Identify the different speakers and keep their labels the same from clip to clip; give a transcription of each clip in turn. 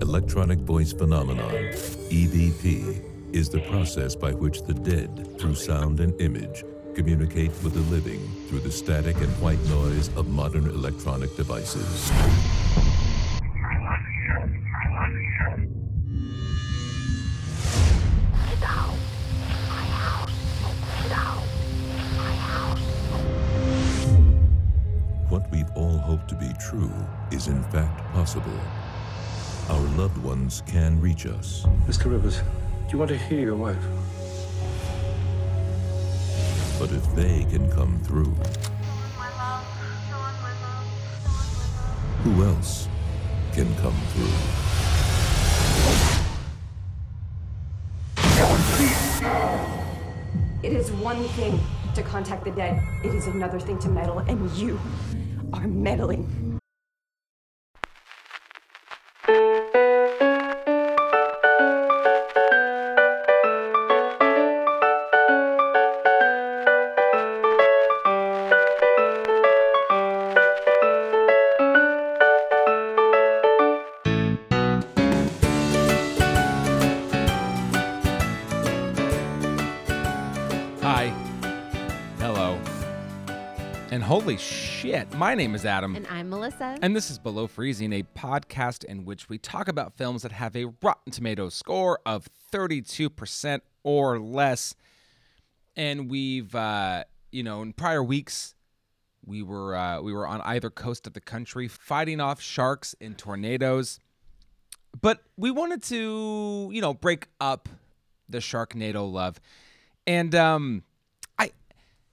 Speaker 1: electronic voice phenomenon, EVP, is the process by which the dead, through sound and image, communicate with the living through the static and white noise of modern electronic devices. What we've all hoped to be true is in fact possible. Our loved ones can reach us.
Speaker 2: Mr. Rivers, do you want to hear your wife?
Speaker 1: But if they can come through, who else can come through?
Speaker 3: It is one thing to contact the dead, it is another thing to meddle, and you are meddling.
Speaker 4: Hi. Hello. And holy shit, my name is Adam.
Speaker 5: And I'm Melissa.
Speaker 4: And this is Below Freezing, a podcast in which we talk about films that have a Rotten Tomatoes score of 32% or less. And we've, uh, you know, in prior weeks, we were uh, we were on either coast of the country fighting off sharks and tornadoes. But we wanted to, you know, break up the Sharknado love. And um I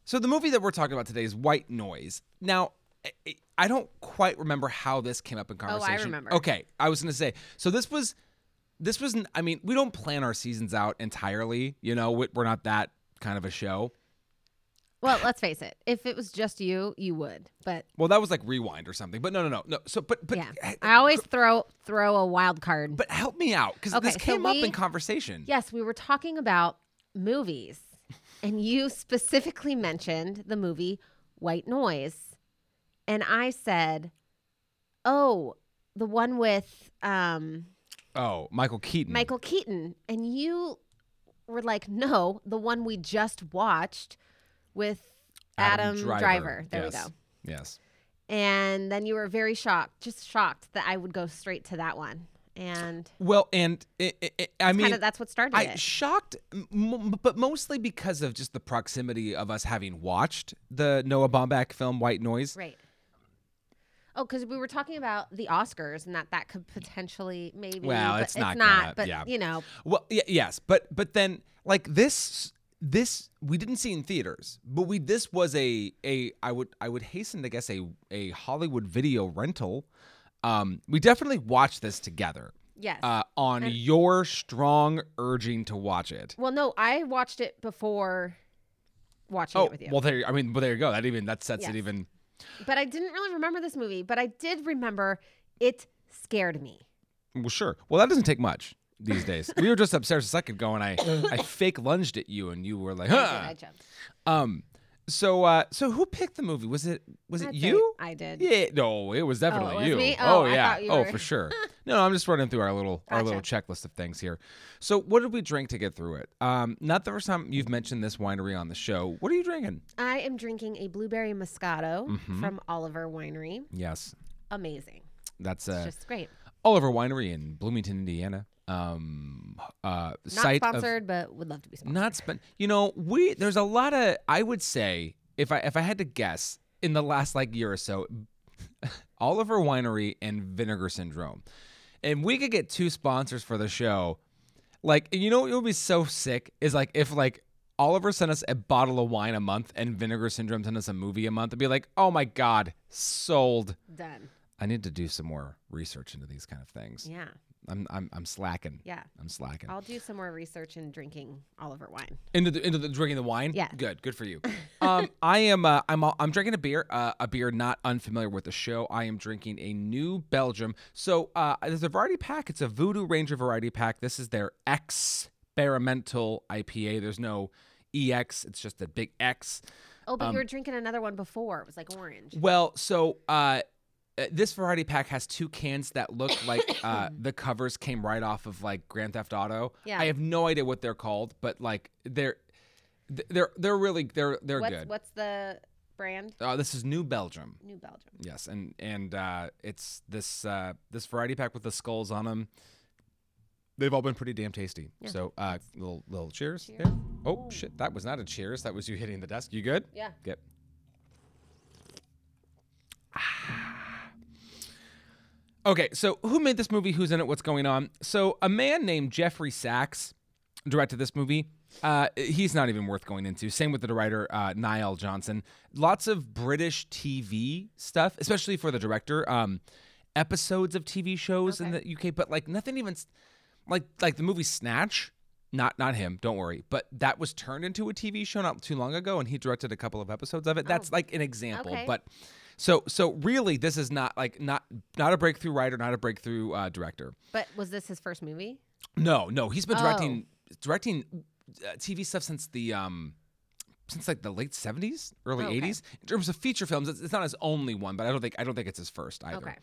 Speaker 4: so the movie that we're talking about today is White Noise. Now, I- I- I don't quite remember how this came up in
Speaker 5: Oh, I
Speaker 4: conversation.
Speaker 5: remember.
Speaker 4: Okay, I was going to say. So this was this was n- I mean, we don't plan our seasons out entirely, you know, we- we're not that kind of a show.
Speaker 5: well, let's face it. If it was just you, you would. But
Speaker 4: Well, that was like rewind or something. But no, no, no. No. So but but
Speaker 5: yeah, I always throw throw a wild card.
Speaker 4: but help me out cuz
Speaker 5: Okay,
Speaker 4: this
Speaker 5: so
Speaker 4: came up in
Speaker 5: we-
Speaker 4: conversation.
Speaker 5: yes, we were talking about movies, and you specifically mentioned the movie White Noise, and I said, "Oh, the one with um,
Speaker 4: Oh, Michael Keaton.
Speaker 5: Michael Keaton," and you were like, "No, the one we just watched with Adam, Driver. There we
Speaker 4: Yes.
Speaker 5: go.
Speaker 4: Yes.
Speaker 5: and then you were very shocked, just shocked that I would go straight to that one. And
Speaker 4: Well, and i i i I mean
Speaker 5: kind of that's what started
Speaker 4: I
Speaker 5: it.
Speaker 4: shocked, m- m- but mostly because of just the proximity of us having watched the Noah Baumbach film White Noise.
Speaker 5: right. Oh, because we were talking about the Oscars and that that could potentially maybe.
Speaker 4: Well,
Speaker 5: but
Speaker 4: it's not gonna-
Speaker 5: but
Speaker 4: yeah.
Speaker 5: you know,
Speaker 4: Well, y- yes, but but then like this this we didn't see in theaters, but we this was a a I would I would hasten to guess a a Hollywood video rental. Um, we definitely watched this together
Speaker 5: yes.
Speaker 4: uh, on your strong urging to watch it.
Speaker 5: well, no, I watched it before watching
Speaker 4: Oh
Speaker 5: it with you,
Speaker 4: well, there. I mean, well, there you go. That even that sets
Speaker 5: Yes.
Speaker 4: it even.
Speaker 5: but I didn't really remember this movie. But I did remember it scared me.
Speaker 4: Well, sure. Well, that doesn't take much these days. we were just upstairs a second ago, and I, I fake lunged at you, and you were like,
Speaker 5: I did,
Speaker 4: huh.
Speaker 5: I jumped.
Speaker 4: Um. So, uh, so who picked the movie? Was it was it
Speaker 5: I'd say
Speaker 4: you?
Speaker 5: I did.
Speaker 4: Yeah. No, it was definitely
Speaker 5: was
Speaker 4: you.
Speaker 5: me?
Speaker 4: Oh,
Speaker 5: Oh, I
Speaker 4: yeah.
Speaker 5: thought you
Speaker 4: oh,
Speaker 5: were-
Speaker 4: for sure. No, I'm just running through our little our little checklist of things here. So, what did we drink to get through it? Um, not the first time you've mentioned this winery on the show. What are you drinking?
Speaker 5: I am drinking a blueberry Moscato
Speaker 4: Mm-hmm.
Speaker 5: from Oliver Winery.
Speaker 4: Yes,
Speaker 5: Amazing.
Speaker 4: that's uh,
Speaker 5: Just great.
Speaker 4: Oliver Winery in Bloomington, Indiana. Um, uh,
Speaker 5: Not
Speaker 4: site of-
Speaker 5: sponsored, but would love to be sponsored.
Speaker 4: Not spent. You know, we there's a lot of. I would say if I if I had to guess in the last like year or so, Oliver Winery and Vinegar Syndrome, and we could get two sponsors for the show. Like you know, what would be so sick is like if like. Oliver sent us a bottle of wine a month, and Vinegar Syndrome sent us a movie a month. It'd be like, oh my god, sold.
Speaker 5: Done.
Speaker 4: I need to do some more research into these kind of things.
Speaker 5: Yeah.
Speaker 4: I'm I'm I'm slacking.
Speaker 5: Yeah.
Speaker 4: I'm slacking.
Speaker 5: I'll do some more research in drinking Oliver wine.
Speaker 4: Into the into the drinking the wine.
Speaker 5: Yeah.
Speaker 4: good, good for you. um, I am uh, I'm I'm drinking a beer, uh, a beer not unfamiliar with the show. I am drinking a New Belgium. So uh, there's a variety pack. It's a Voodoo Ranger variety pack. This is their experimental IPA. There's no ex. It's just a big X. Um,
Speaker 5: Oh, but you were drinking another one before. It was like orange.
Speaker 4: Well, so uh, uh, this variety pack has two cans that look like uh, the covers came right off of like Grand Theft Auto.
Speaker 5: Yeah.
Speaker 4: I have no idea what they're called, but like they're th- they're they're really they're they're
Speaker 5: What's
Speaker 4: good.
Speaker 5: what's the brand?
Speaker 4: Uh, this is New Belgium.
Speaker 5: New Belgium.
Speaker 4: Yes, and and uh, it's this uh, this variety pack with the skulls on them. They've all been pretty damn tasty. So, uh, little little cheers. there. Oh shit, that was not a cheers. That was you hitting the desk. You good?
Speaker 5: Yeah.
Speaker 4: Good. Ah. Okay, so who made this movie? Who's in it? What's going on? So, a man named Jeffrey Sachs directed this movie. Uh, he's not even worth going into. Same with the writer uh, Niall Johnson. Lots of British TV stuff, especially for the director. Um, episodes of TV shows in the UK, but like nothing even s- like like the movie Snatch. Not not him. Don't worry. But that was turned into a TV show not too long ago, and he directed a couple of episodes of it. That's like an example,
Speaker 5: Okay.
Speaker 4: but. So, so really, this is not like not not a breakthrough writer, not a breakthrough uh, director.
Speaker 5: But was this his first movie?
Speaker 4: No, no, he's been directing
Speaker 5: Oh.
Speaker 4: directing uh, TV stuff since the um since like the late seventies, early
Speaker 5: Oh, okay.
Speaker 4: eighties. In terms of feature films, it's, it's not his only one, but I don't think I don't think it's his first either.
Speaker 5: Okay.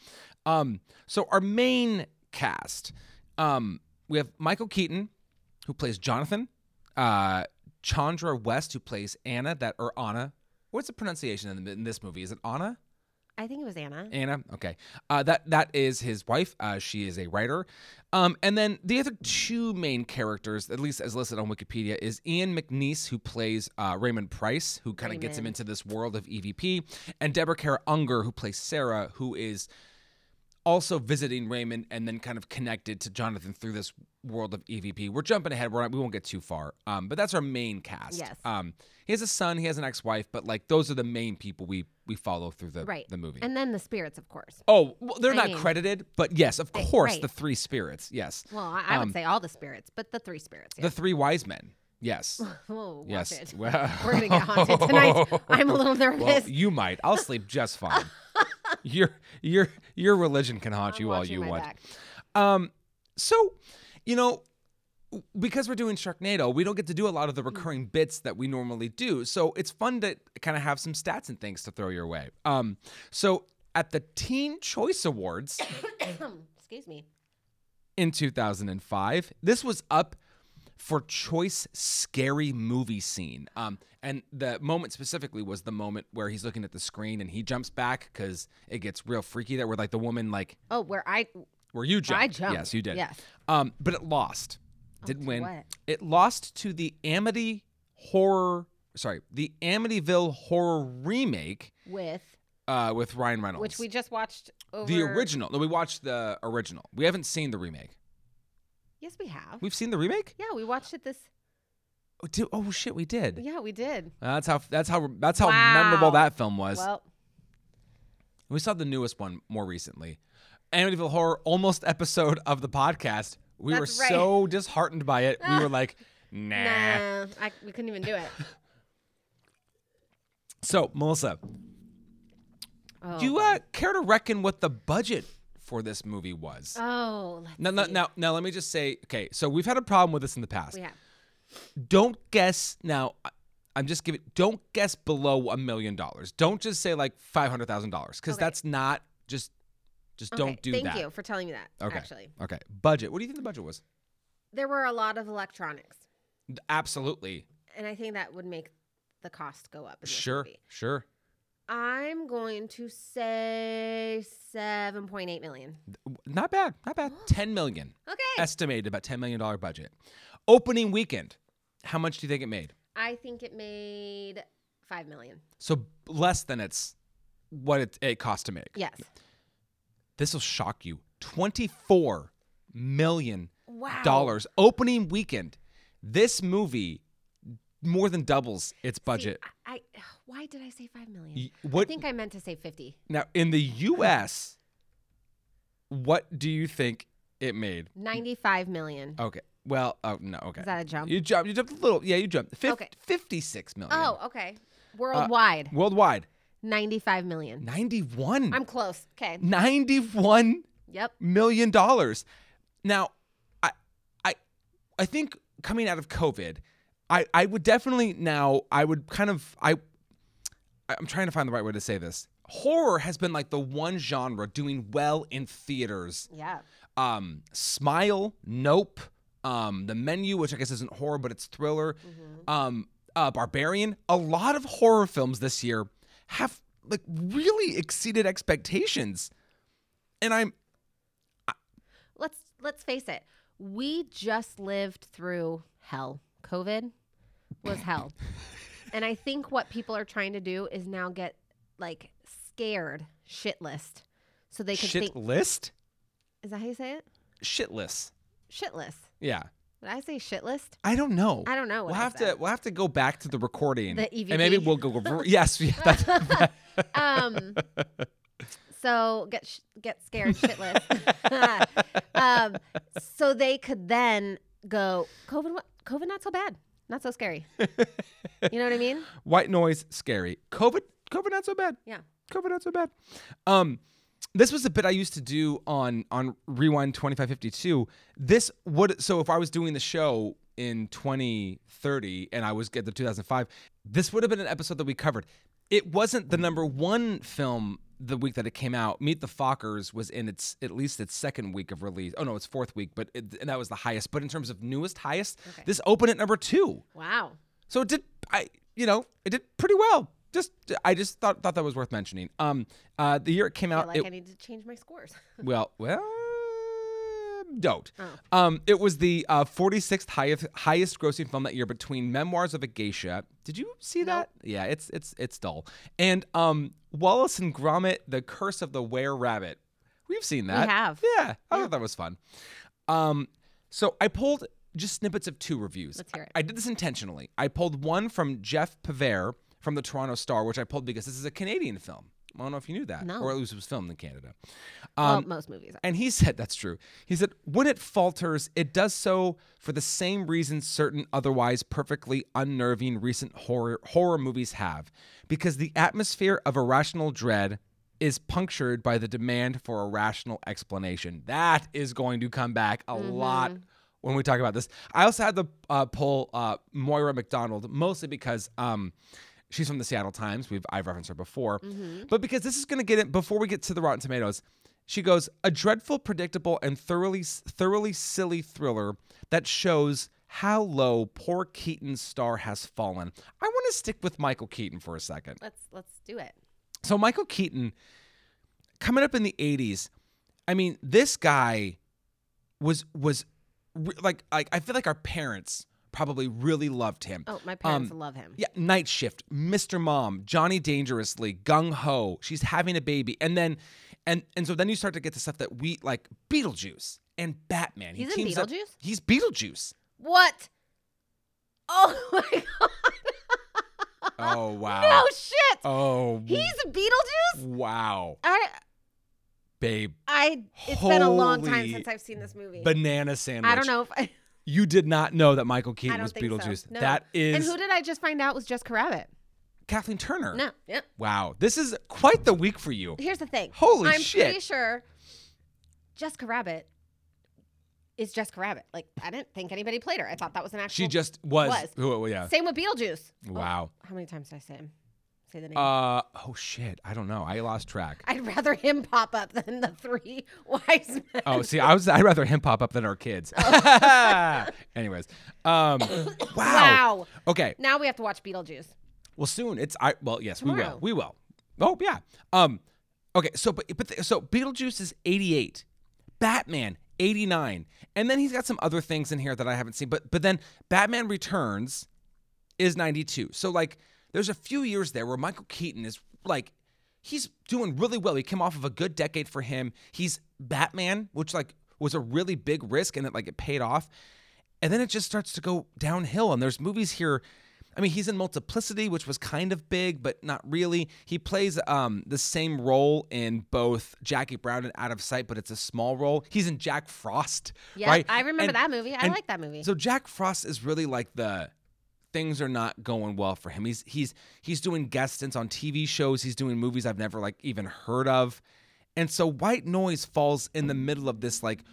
Speaker 4: Um, so our main cast, um, we have Michael Keaton, who plays Jonathan, uh, Chandra West, who plays Anna. That or Anna. What's the pronunciation in, the, in this movie? Is it Anna?
Speaker 5: I think it was Anna.
Speaker 4: Anna. Okay, uh, that that is his wife. Uh, she is a writer, um, and then the other two main characters, at least as listed on Wikipedia, is Ian McNeice, who plays uh, Raymond Price, who kind of gets him
Speaker 5: Raymond.
Speaker 4: into this world of EVP, and Deborah Kara Unger, who plays Sarah, who is also visiting Raymond and then kind of connected to Jonathan through this world of EVP. We're jumping ahead. We're not, we won't get too far, um, but that's our main cast.
Speaker 5: Yes.
Speaker 4: Um, he has a son. He has an ex-wife, but like those are the main people we we follow through the
Speaker 5: Right.
Speaker 4: the movie.
Speaker 5: And then the spirits, of course.
Speaker 4: Oh, well, they're
Speaker 5: I
Speaker 4: not
Speaker 5: mean-
Speaker 4: credited, but yes, of course,
Speaker 5: right.
Speaker 4: the three spirits. Yes,
Speaker 5: Well, I, I
Speaker 4: Um,
Speaker 5: would say all the spirits, but the three spirits. Yeah.
Speaker 4: the three wise men. Yes,
Speaker 5: oh, watch
Speaker 4: yes.
Speaker 5: it.
Speaker 4: Well-
Speaker 5: We're gonna get haunted tonight. I'm a little nervous.
Speaker 4: Well, you might. I'll sleep just fine. your your your religion can haunt
Speaker 5: I'm
Speaker 4: you all
Speaker 5: watching
Speaker 4: you
Speaker 5: my
Speaker 4: want.
Speaker 5: back.
Speaker 4: Um, so, you know, because we're doing Sharknado, we don't get to do a lot of
Speaker 5: Mm.
Speaker 4: the recurring bits that we normally do. So it's fun to kind of have some stats and things to throw your way. Um, so at the Teen Choice Awards.
Speaker 5: Excuse me.
Speaker 4: in 2005. This was up for choice scary movie scene. Um, and the moment specifically was the moment where he's looking at the screen and he jumps back because it gets real freaky. That where like the woman like
Speaker 5: Oh, where I
Speaker 4: where you jumped.
Speaker 5: I jumped.
Speaker 4: Yes, you did.
Speaker 5: Yes. Oh,
Speaker 4: Um, but it lost. Didn't
Speaker 5: to
Speaker 4: win.
Speaker 5: what?
Speaker 4: It lost to the Amity horror. Sorry, the Amityville horror remake
Speaker 5: with
Speaker 4: uh, with Ryan Reynolds.
Speaker 5: which we just watched over
Speaker 4: the original. No, we watched the original. We haven't seen the remake.
Speaker 5: Yes, we have.
Speaker 4: We've seen the remake.
Speaker 5: yeah, we watched it this.
Speaker 4: Oh, did- oh shit, we did. Uh,
Speaker 5: Yeah, we did.
Speaker 4: That's how that's how that's how memorable
Speaker 5: Wow.
Speaker 4: that film was.
Speaker 5: Well,
Speaker 4: we saw the newest one more recently. Amityville Horror almost episode of the podcast. We
Speaker 5: That's
Speaker 4: were
Speaker 5: right.
Speaker 4: so disheartened by it. we were like, nah.
Speaker 5: nah, I, we couldn't even do it.
Speaker 4: So, Melissa,
Speaker 5: Oh,
Speaker 4: do you uh, care to reckon what the budget for this movie was?
Speaker 5: oh, let's
Speaker 4: now, now,
Speaker 5: see.
Speaker 4: now, now, let me just say, okay, so we've had a problem with this in the past.
Speaker 5: we have.
Speaker 4: Don't guess now. I- I'm just giving. Don't guess below a million dollars. Don't just say like five hundred thousand dollars because
Speaker 5: Okay.
Speaker 4: that's not just. Just
Speaker 5: Okay,
Speaker 4: don't do
Speaker 5: thank
Speaker 4: that.
Speaker 5: you for telling me that.
Speaker 4: Okay.
Speaker 5: Actually,
Speaker 4: Okay. Budget. What do you think the budget was?
Speaker 5: there were a lot of electronics,
Speaker 4: Absolutely.
Speaker 5: and I think that would make the cost go up. in this
Speaker 4: Sure.
Speaker 5: movie.
Speaker 4: Sure.
Speaker 5: I'm going to say seven point eight million.
Speaker 4: Not bad. Not bad. 10 million.
Speaker 5: Okay,
Speaker 4: Estimated about $10 million budget. Opening weekend. How much do you think it made?
Speaker 5: I think it made five million.
Speaker 4: So less than it's what it, it cost to make.
Speaker 5: Yes.
Speaker 4: This will shock you. $24 million
Speaker 5: Wow.
Speaker 4: opening weekend. This movie more than doubles its budget.
Speaker 5: See, I, I why did I say five million?
Speaker 4: Y-
Speaker 5: I
Speaker 4: what
Speaker 5: think I meant to say fifty.
Speaker 4: now in the US what do you think it made?
Speaker 5: Ninety-five million.
Speaker 4: Okay. Well, oh no. Okay.
Speaker 5: Is that a jump?
Speaker 4: You jumped. You jumped a little. Yeah, you jumped. Fif-
Speaker 5: Okay.
Speaker 4: Fifty-six million.
Speaker 5: Oh, okay. Worldwide, Mm.
Speaker 4: Worldwide,
Speaker 5: ninety-five million.
Speaker 4: ninety-one.
Speaker 5: I'm close. Okay.
Speaker 4: ninety-one
Speaker 5: Yep.
Speaker 4: million dollars. Now, I, I, I think coming out of COVID, I, I would definitely now. I would kind of I, I'm trying to find the right way to say this. horror has been like the one genre doing well in theaters
Speaker 5: Yeah.
Speaker 4: um smile nope um the menu which i guess isn't horror but it's thriller um uh barbarian a lot of horror films this year have like really exceeded expectations and i'm
Speaker 5: Let's let's face it. We just lived through hell. COVID was hell. and I think what people are trying to do is now get like scared shitless. So they can
Speaker 4: shit
Speaker 5: think
Speaker 4: list
Speaker 5: Is that how you say it?
Speaker 4: shitless
Speaker 5: Shitless.
Speaker 4: yeah
Speaker 5: Did I say shitless?
Speaker 4: I don't know.
Speaker 5: I don't know
Speaker 4: We'll
Speaker 5: what I
Speaker 4: have to
Speaker 5: said.
Speaker 4: we'll have to go back to the recording.
Speaker 5: The E
Speaker 4: And maybe
Speaker 5: EVP.
Speaker 4: we'll go rever- yes, yeah, that's, that-
Speaker 5: Um, so get sh- get scared shitless. um, so they could then go COVID. wa- COVID not so bad, not so scary. You know what I mean?
Speaker 4: white noise scary. COVID COVID not so bad.
Speaker 5: Yeah.
Speaker 4: COVID not so bad. Um this was a bit I used to do on on Rewind 2552. This would so if I was doing the show in 2030 and I was get the 2005, this would have been an episode that we covered. It wasn't the number 1 film the week that it came out. Meet the Fockers was in its at least its second week of release. Oh no, it's fourth week, but it, and that was the highest. But in terms of newest highest, this opened at number 2.
Speaker 5: Wow.
Speaker 4: So it did I you know, it did pretty well. Just I just thought thought that was worth mentioning. Um uh the year it came
Speaker 5: I
Speaker 4: out
Speaker 5: like
Speaker 4: it,
Speaker 5: I need to change my scores.
Speaker 4: well well don't.
Speaker 5: Oh.
Speaker 4: Um it was the uh 46th highest highest grossing film that year between Memoirs of a Geisha. Did you see that? Yeah, it's it's it's dull. And um Wallace and Gromit: The Curse of the Were Rabbit. We've seen that.
Speaker 5: have.
Speaker 4: Yeah. I thought that was fun. Um, so I pulled just snippets of two reviews.
Speaker 5: Let's hear it.
Speaker 4: I, I did this intentionally. I pulled one from Jeff Pavere from the Toronto Star, which I pulled because this is a Canadian film. I don't know if you knew that,
Speaker 5: No.
Speaker 4: or at least it was filmed in Canada.
Speaker 5: well, most movies. Are.
Speaker 4: And he said, that's true. He said, when it falters, it does so for the same reason certain otherwise perfectly unnerving recent horror, horror movies have, because the atmosphere of irrational dread is punctured by the demand for a rational explanation. That is going to come back a lot when we talk about this. I also had to uh, pull uh, Moira McDonald, mostly because. Um, She's from the Seattle Times. We've I've referenced her before, but because this is going to get it before we get to the Rotten Tomatoes, she goes a dreadful, predictable, and thoroughly thoroughly silly thriller that shows how low poor Keaton's star has fallen. I want to stick with Michael Keaton for a second.
Speaker 5: Let's let's do it.
Speaker 4: So Michael Keaton, coming up in the '80s, I mean, this guy was was re- like like I feel like our parents probably really loved him.
Speaker 5: Oh, my parents love him.
Speaker 4: Um, Yeah, Night Shift, Mr. Mom, Johnny Dangerously, Gung Ho. She's having a baby, and then, and and so then you start to get the stuff that we like Beetlejuice and Batman.
Speaker 5: He's in
Speaker 4: teams up-
Speaker 5: Beetlejuice?
Speaker 4: he's Beetlejuice.
Speaker 5: What? Oh my god!
Speaker 4: Oh wow.
Speaker 5: No shit!
Speaker 4: Oh
Speaker 5: He's Beetlejuice.
Speaker 4: wow,
Speaker 5: I
Speaker 4: babe.
Speaker 5: I. It's been a long time
Speaker 4: Holy
Speaker 5: since I've seen this movie.
Speaker 4: Banana sandwich.
Speaker 5: I don't know if I,
Speaker 4: You did not know that Michael
Speaker 5: I
Speaker 4: Keaton
Speaker 5: don't
Speaker 4: was
Speaker 5: think
Speaker 4: Beetlejuice.
Speaker 5: so. No.
Speaker 4: That is
Speaker 5: And who did I just find out was Jessica Rabbit?
Speaker 4: Kathleen Turner.
Speaker 5: No. Yep.
Speaker 4: Wow, this is quite the week for you.
Speaker 5: Here's the thing.
Speaker 4: Holy
Speaker 5: I'm
Speaker 4: shit.
Speaker 5: pretty sure Jessica Rabbit is Jessica Rabbit. Like I didn't think anybody played her. I thought that was an actual.
Speaker 4: She just was.
Speaker 5: was.
Speaker 4: Who, yeah.
Speaker 5: Same with Beetlejuice. Oh,
Speaker 4: Wow.
Speaker 5: how many times did I say him? Say the name.
Speaker 4: Uh oh shit. I don't know. I lost track.
Speaker 5: I'd rather him pop up than the three wise men.
Speaker 4: Oh, see, I was I'd rather him pop up than our kids. Anyways, um, wow.
Speaker 5: Wow.
Speaker 4: Okay.
Speaker 5: Now we have to watch Beetlejuice.
Speaker 4: Well, soon it's I. Well, yes,
Speaker 5: Tomorrow.
Speaker 4: we will. We will. Oh yeah. Um. Okay. So, but but the, so Beetlejuice is eighty eight, Batman eighty nine, and then he's got some other things in here that I haven't seen. But but then Batman Returns is ninety two. So like, there's a few years there where Michael Keaton is like. He's doing really well. He came off of a good decade for him. He's Batman, which like was a really big risk and it like it paid off and then it just starts to go downhill and there's movies here i mean he's in multiplicity which was kind of big but not really he plays um, the same role in both jackie brown and out of sight but it's a small role he's in jack frost
Speaker 5: Yeah,
Speaker 4: right?
Speaker 5: I remember
Speaker 4: And-
Speaker 5: that movie. I
Speaker 4: and
Speaker 5: like that movie.
Speaker 4: so jack frost is really like the things are not going well for him he's he's he's doing guest stints on tv shows he's doing movies i've never like even heard of and so white noise falls in the middle of this like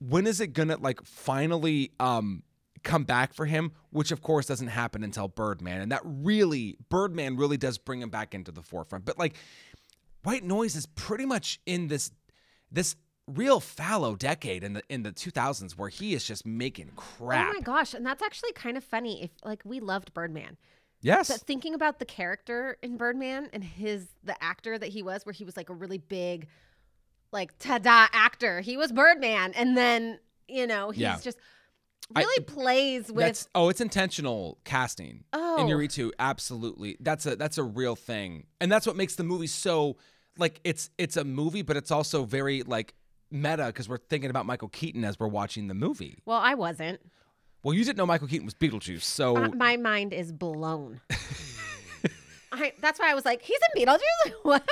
Speaker 4: when is it gonna like finally um come back for him which of course doesn't happen until birdman and that really birdman really does bring him back into the forefront but like White noise is pretty much in this this real fallow decade in the in the 2000s where he is just making crap.
Speaker 5: Oh my gosh, and that's actually kind of funny. If like we loved Birdman,
Speaker 4: yes.
Speaker 5: but thinking about the character in Birdman and his the actor that he was, where he was like a really big, like ta-da actor. He was Birdman, and then you know he's
Speaker 4: Yeah.
Speaker 5: just
Speaker 4: I-
Speaker 5: really plays with
Speaker 4: that's oh, it's intentional casting.
Speaker 5: Oh.
Speaker 4: in Yuritu, absolutely. That's a that's a real thing, and that's what makes the movie so like it's it's a movie, but it's also very like meta because we're thinking about Michael Keaton as we're watching the movie.
Speaker 5: Well, I wasn't.
Speaker 4: Well, you didn't know Michael Keaton was Beetlejuice, so
Speaker 5: Uh, my mind is blown. I, that's why I was like, he's in Beetlejuice. what?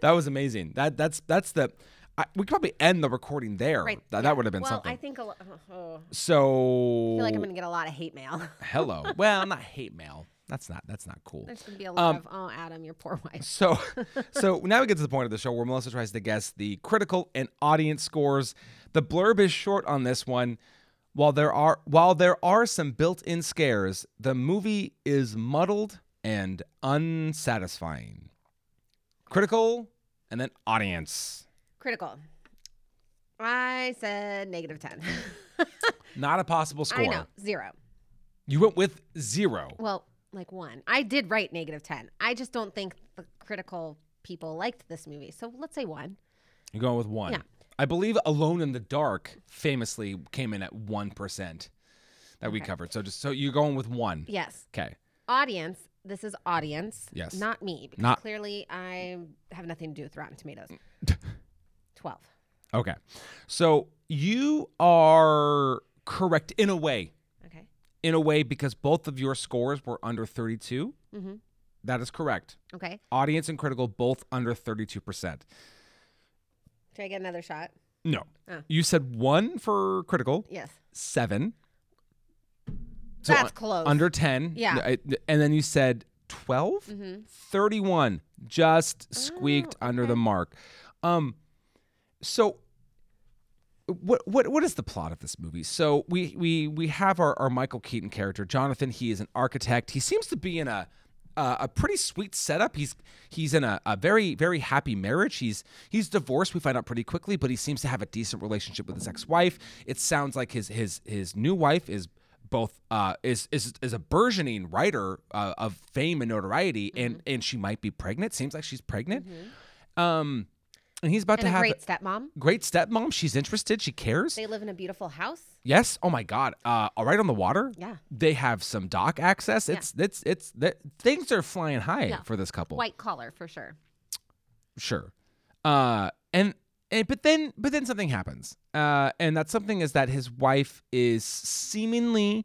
Speaker 4: that was amazing. That that's that's the I, we could probably end the recording there.
Speaker 5: Right,
Speaker 4: That,
Speaker 5: yeah.
Speaker 4: that would have been
Speaker 5: well,
Speaker 4: something.
Speaker 5: I think a lo- oh, oh.
Speaker 4: so
Speaker 5: I feel like I'm gonna get a lot of hate mail.
Speaker 4: hello. well, not hate mail. That's not that's not cool.
Speaker 5: There's gonna be a lot of oh, Adam, your poor wife.
Speaker 4: So, so now we get to the point of the show where Melissa tries to guess the critical and audience scores. The blurb is short on this one. While there are while there are some built-in scares, the movie is muddled and unsatisfying. Critical and then audience.
Speaker 5: Critical. I said negative ten.
Speaker 4: Not a possible score.
Speaker 5: I know zero.
Speaker 4: You went with zero.
Speaker 5: Well, like one. I did write negative ten. I just don't think the critical people liked this movie. So let's say one.
Speaker 4: You're going with one.
Speaker 5: Yeah.
Speaker 4: I believe Alone in the Dark famously came in at one percent that we covered. So just so you're going with one.
Speaker 5: Yes.
Speaker 4: Okay.
Speaker 5: audience this is audience
Speaker 4: Yes.
Speaker 5: not me because
Speaker 4: Not-
Speaker 5: clearly i have nothing to do with rotten tomatoes 12
Speaker 4: Okay. So you are correct in a way,
Speaker 5: okay
Speaker 4: in a way, because both of your scores were under 32.
Speaker 5: mm-hmm.
Speaker 4: That is correct.
Speaker 5: okay
Speaker 4: Audience and critical both under 32%.
Speaker 5: should i get another shot
Speaker 4: No.
Speaker 5: Oh.
Speaker 4: You said one for critical,
Speaker 5: yes
Speaker 4: seven.
Speaker 5: That's
Speaker 4: un-
Speaker 5: close.
Speaker 4: Under 10.
Speaker 5: Yeah. Mm-hmm.
Speaker 4: No, I- And then you said 12, 31,
Speaker 5: Oh,
Speaker 4: just squeaked under the mark. Um, so what what what is the plot of this movie? So we we we have our, our Michael Keaton character, Jonathan. He is an architect. He seems to be in a uh, a pretty sweet setup. He's he's in a, a very very happy marriage. He's he's divorced. We find out pretty quickly, but he seems to have a decent relationship with his ex wife. It sounds like his his his new wife is both uh, is is is a burgeoning writer uh, of fame and notoriety,
Speaker 5: Mm-hmm.
Speaker 4: and and she might be pregnant. Seems like she's pregnant. Um, and he's about
Speaker 5: and
Speaker 4: to
Speaker 5: a
Speaker 4: have
Speaker 5: great stepmom
Speaker 4: great stepmom. She's interested. She cares.
Speaker 5: they live in a beautiful house
Speaker 4: yes. Oh my God. Uh, all right on the water.
Speaker 5: Yeah.
Speaker 4: They have some dock access. It's it's it's that things are flying high
Speaker 5: Yeah.
Speaker 4: for this couple.
Speaker 5: white collar for sure
Speaker 4: Sure. Uh, and and but then but then something happens. Uh, and that something is that his wife is seemingly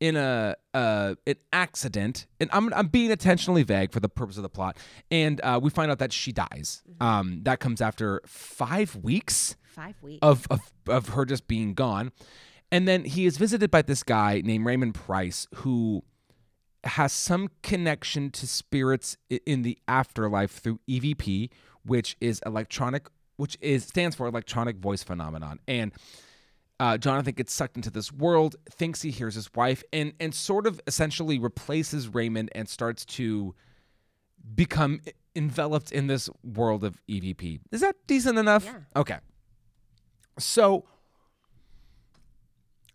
Speaker 4: in a uh an accident and I'm I'm being intentionally vague for the purpose of the plot and uh we find out that she dies.
Speaker 5: Mm-hmm.
Speaker 4: Um that comes after 5 weeks
Speaker 5: five weeks
Speaker 4: of, of of her just being gone. And then he is visited by this guy named Raymond Price who has some connection to spirits i- in the afterlife through EVP, which is electronic which is stands for electronic voice phenomenon. And uh, Jonathan gets sucked into this world, thinks he hears his wife, and and sort of essentially replaces Raymond and starts to become e- enveloped in this world of EVP. Is that decent enough?
Speaker 5: Yeah.
Speaker 4: Okay. So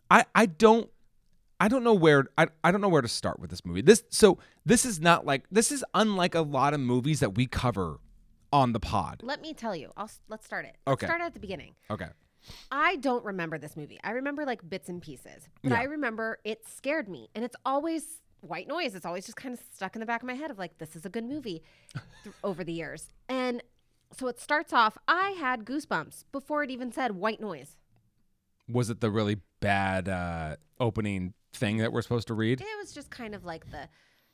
Speaker 4: I I don't I don't know where I, I don't know where to start with this movie. This so this is not like this is unlike a lot of movies that we cover on the pod.
Speaker 5: let me tell you i'll s- let's start it Let's
Speaker 4: Okay.
Speaker 5: start at the beginning
Speaker 4: Okay.
Speaker 5: I don't remember this movie. I remember like bits and pieces, but
Speaker 4: Yeah.
Speaker 5: I remember it scared me. And it's always white noise. It's always just kind of stuck in the back of my head of like, this is a good movie th- over the years. And so it starts off, I had goosebumps before it even said white noise.
Speaker 4: Was it the really bad uh, opening thing that we're supposed to read?
Speaker 5: It was just kind of like the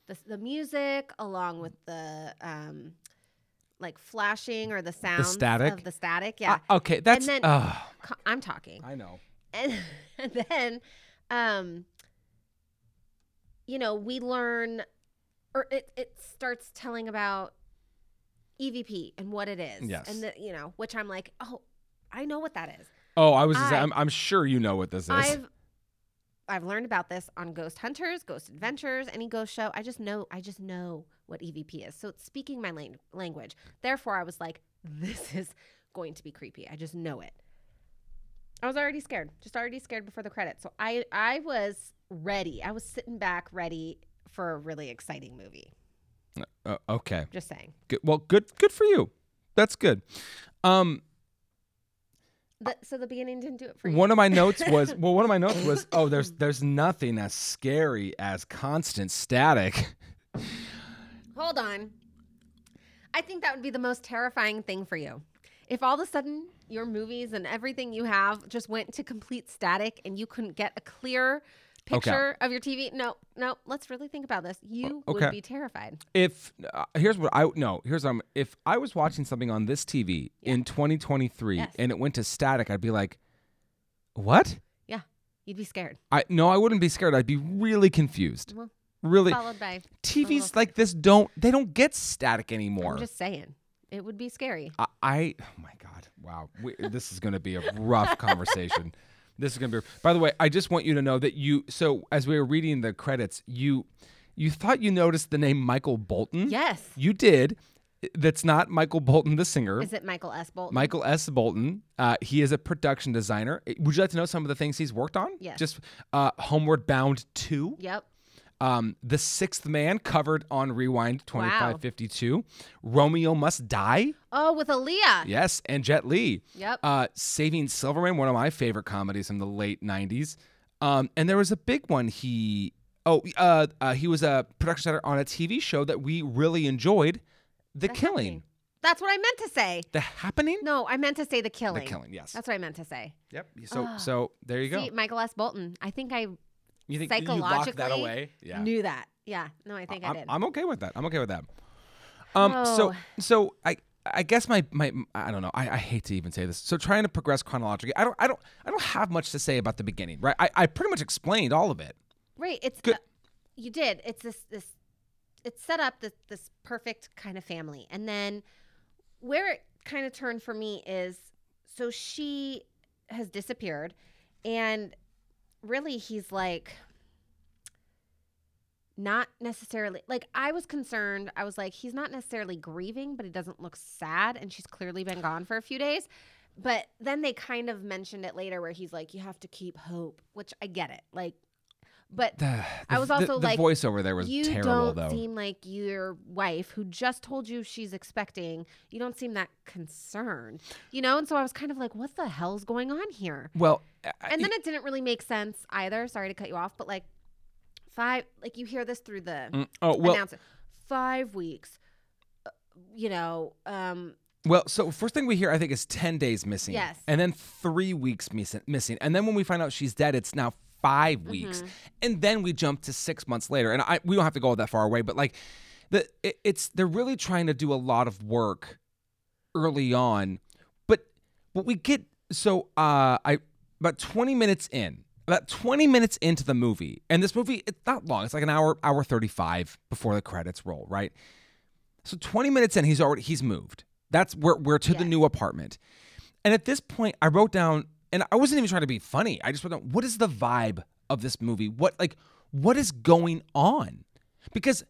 Speaker 5: the, the music along with the um like flashing or the sound
Speaker 4: static?
Speaker 5: of the static. Yeah.
Speaker 4: Uh, okay, that's
Speaker 5: then-
Speaker 4: ugh.
Speaker 5: Co- I'm talking.
Speaker 4: I know.
Speaker 5: and, and then um you know we learn or it, it starts telling about evp and what it is
Speaker 4: Yes.
Speaker 5: and the, you know which i'm like oh i know what that is
Speaker 4: Oh, I was. Just,
Speaker 5: I-
Speaker 4: I'm, I'm sure you know what this is.
Speaker 5: i've i've learned about this on ghost hunters ghost adventures any ghost E show i just know i just know what evp is so it's speaking my lang- language therefore i was like this is going to be creepy. I just know it. I was already scared, just already scared before the credits. So I I was ready. I was sitting back ready for a really exciting movie.
Speaker 4: Uh, okay.
Speaker 5: Just saying.
Speaker 4: Good. Well, good. Good for you. That's good. Um,
Speaker 5: The, so the beginning didn't do it for you.
Speaker 4: one of my notes was well, one of my notes was oh, there's there's nothing as scary as constant static.
Speaker 5: Hold on. I think that would be the most terrifying thing for you. If all of a sudden your movies and everything you have just went to complete static and you couldn't get a clear picture of your TV, no, no, let's really think about this. You
Speaker 4: okay.
Speaker 5: would be terrified.
Speaker 4: If uh, here's what I no here's um if I was watching something on this TV in 2023
Speaker 5: Yes.
Speaker 4: and it went to static, I'd be like, what?
Speaker 5: Yeah, you'd be scared.
Speaker 4: I no, I wouldn't be scared. I'd be really confused.
Speaker 5: Well,
Speaker 4: Really,
Speaker 5: Followed by,
Speaker 4: TVs like this don't they don't get static anymore.
Speaker 5: I'm just saying, it would be scary.
Speaker 4: I, I oh my god, wow, we, this is going to be a rough conversation. This is going to be. By the way, I just want you to know that you. So as we were reading the credits, you you thought you noticed the name Michael Bolton.
Speaker 5: Yes.
Speaker 4: you did. That's not Michael Bolton, the singer.
Speaker 5: Is it Michael S. Bolton?
Speaker 4: Michael S. Bolton. Uh, he is a production designer. Eh, Would you like to know some of the things he's worked on?
Speaker 5: Yes.
Speaker 4: Just uh, Homeward Bound Two.
Speaker 5: Yep.
Speaker 4: Um, the Sixth Man covered on Rewind
Speaker 5: Wow.
Speaker 4: 2552. Romeo Must Die.
Speaker 5: Oh, with Aaliyah.
Speaker 4: Yes, and Jet Li.
Speaker 5: Yep.
Speaker 4: Uh, Saving Silverman, one of my favorite comedies from the late '90s. Um, and there was a big one. He oh, uh, uh, he was a production designer on a TV show that we really enjoyed, The, Killing.
Speaker 5: That's what I meant to say.
Speaker 4: The Happening.
Speaker 5: No, I meant to say
Speaker 4: The
Speaker 5: the killing.
Speaker 4: Killing. Yes.
Speaker 5: That's what I meant to say.
Speaker 4: yep. So so there you go.
Speaker 5: Ah. See, Michael S. Bolton. I think I
Speaker 4: you think you
Speaker 5: psychologically
Speaker 4: locked that away? Yeah.
Speaker 5: knew that. Yeah. No, I think i
Speaker 4: I'm,
Speaker 5: did.
Speaker 4: I'm okay with that. I'm okay with that. Um, so so I I guess my my I don't know. I, I hate to even say this. So trying to progress chronologically, I don't I don't I don't have much to say about the beginning, right? I, I pretty much explained all of it.
Speaker 5: right. It's
Speaker 4: Good.
Speaker 5: uh, you did. It's this this it's set up this this perfect kind of family. And then where it kind of turned for me is so she has disappeared and really he's like not necessarily like I was concerned. I was like, he's not necessarily grieving, but he doesn't look sad, and she's clearly been gone for a few days. But then they kind of mentioned it later, where he's like, you have to keep hope, which I get it, like, but.
Speaker 4: The,
Speaker 5: I was
Speaker 4: the-
Speaker 5: also
Speaker 4: the
Speaker 5: like,
Speaker 4: voiceover there was
Speaker 5: you
Speaker 4: terrible
Speaker 5: don't
Speaker 4: though.
Speaker 5: seem like your wife, who just told you she's expecting. You don't seem that concerned, you know. And so I was kind of like, "What the hell's going on here?"
Speaker 4: well, I-
Speaker 5: and then it didn't really make sense either. Sorry to cut you off, but like five, like you hear this through the
Speaker 4: mm, oh well,
Speaker 5: announce it. Five weeks. uh, You know, um,
Speaker 4: well. So first thing we hear, I think, is ten days missing.
Speaker 5: Yes.
Speaker 4: And then three weeks missing, missing, and then when we find out she's dead, it's now five weeks, and then we jump to six months later, and I we don't have to go that far away, but like, the it, it's they're really trying to do a lot of work early on, but but we get so uh I about twenty minutes in. About 20 minutes into the movie, and this movie, it's not long. It's like an hour, hour 35 before the credits roll, right? So 20 minutes in, he's already he's moved. That's where we're to the
Speaker 5: Yes.
Speaker 4: new apartment. And at this point, I wrote down, and I wasn't even trying to be funny. I just wrote down, what is the vibe of this movie? What like what is going on? Because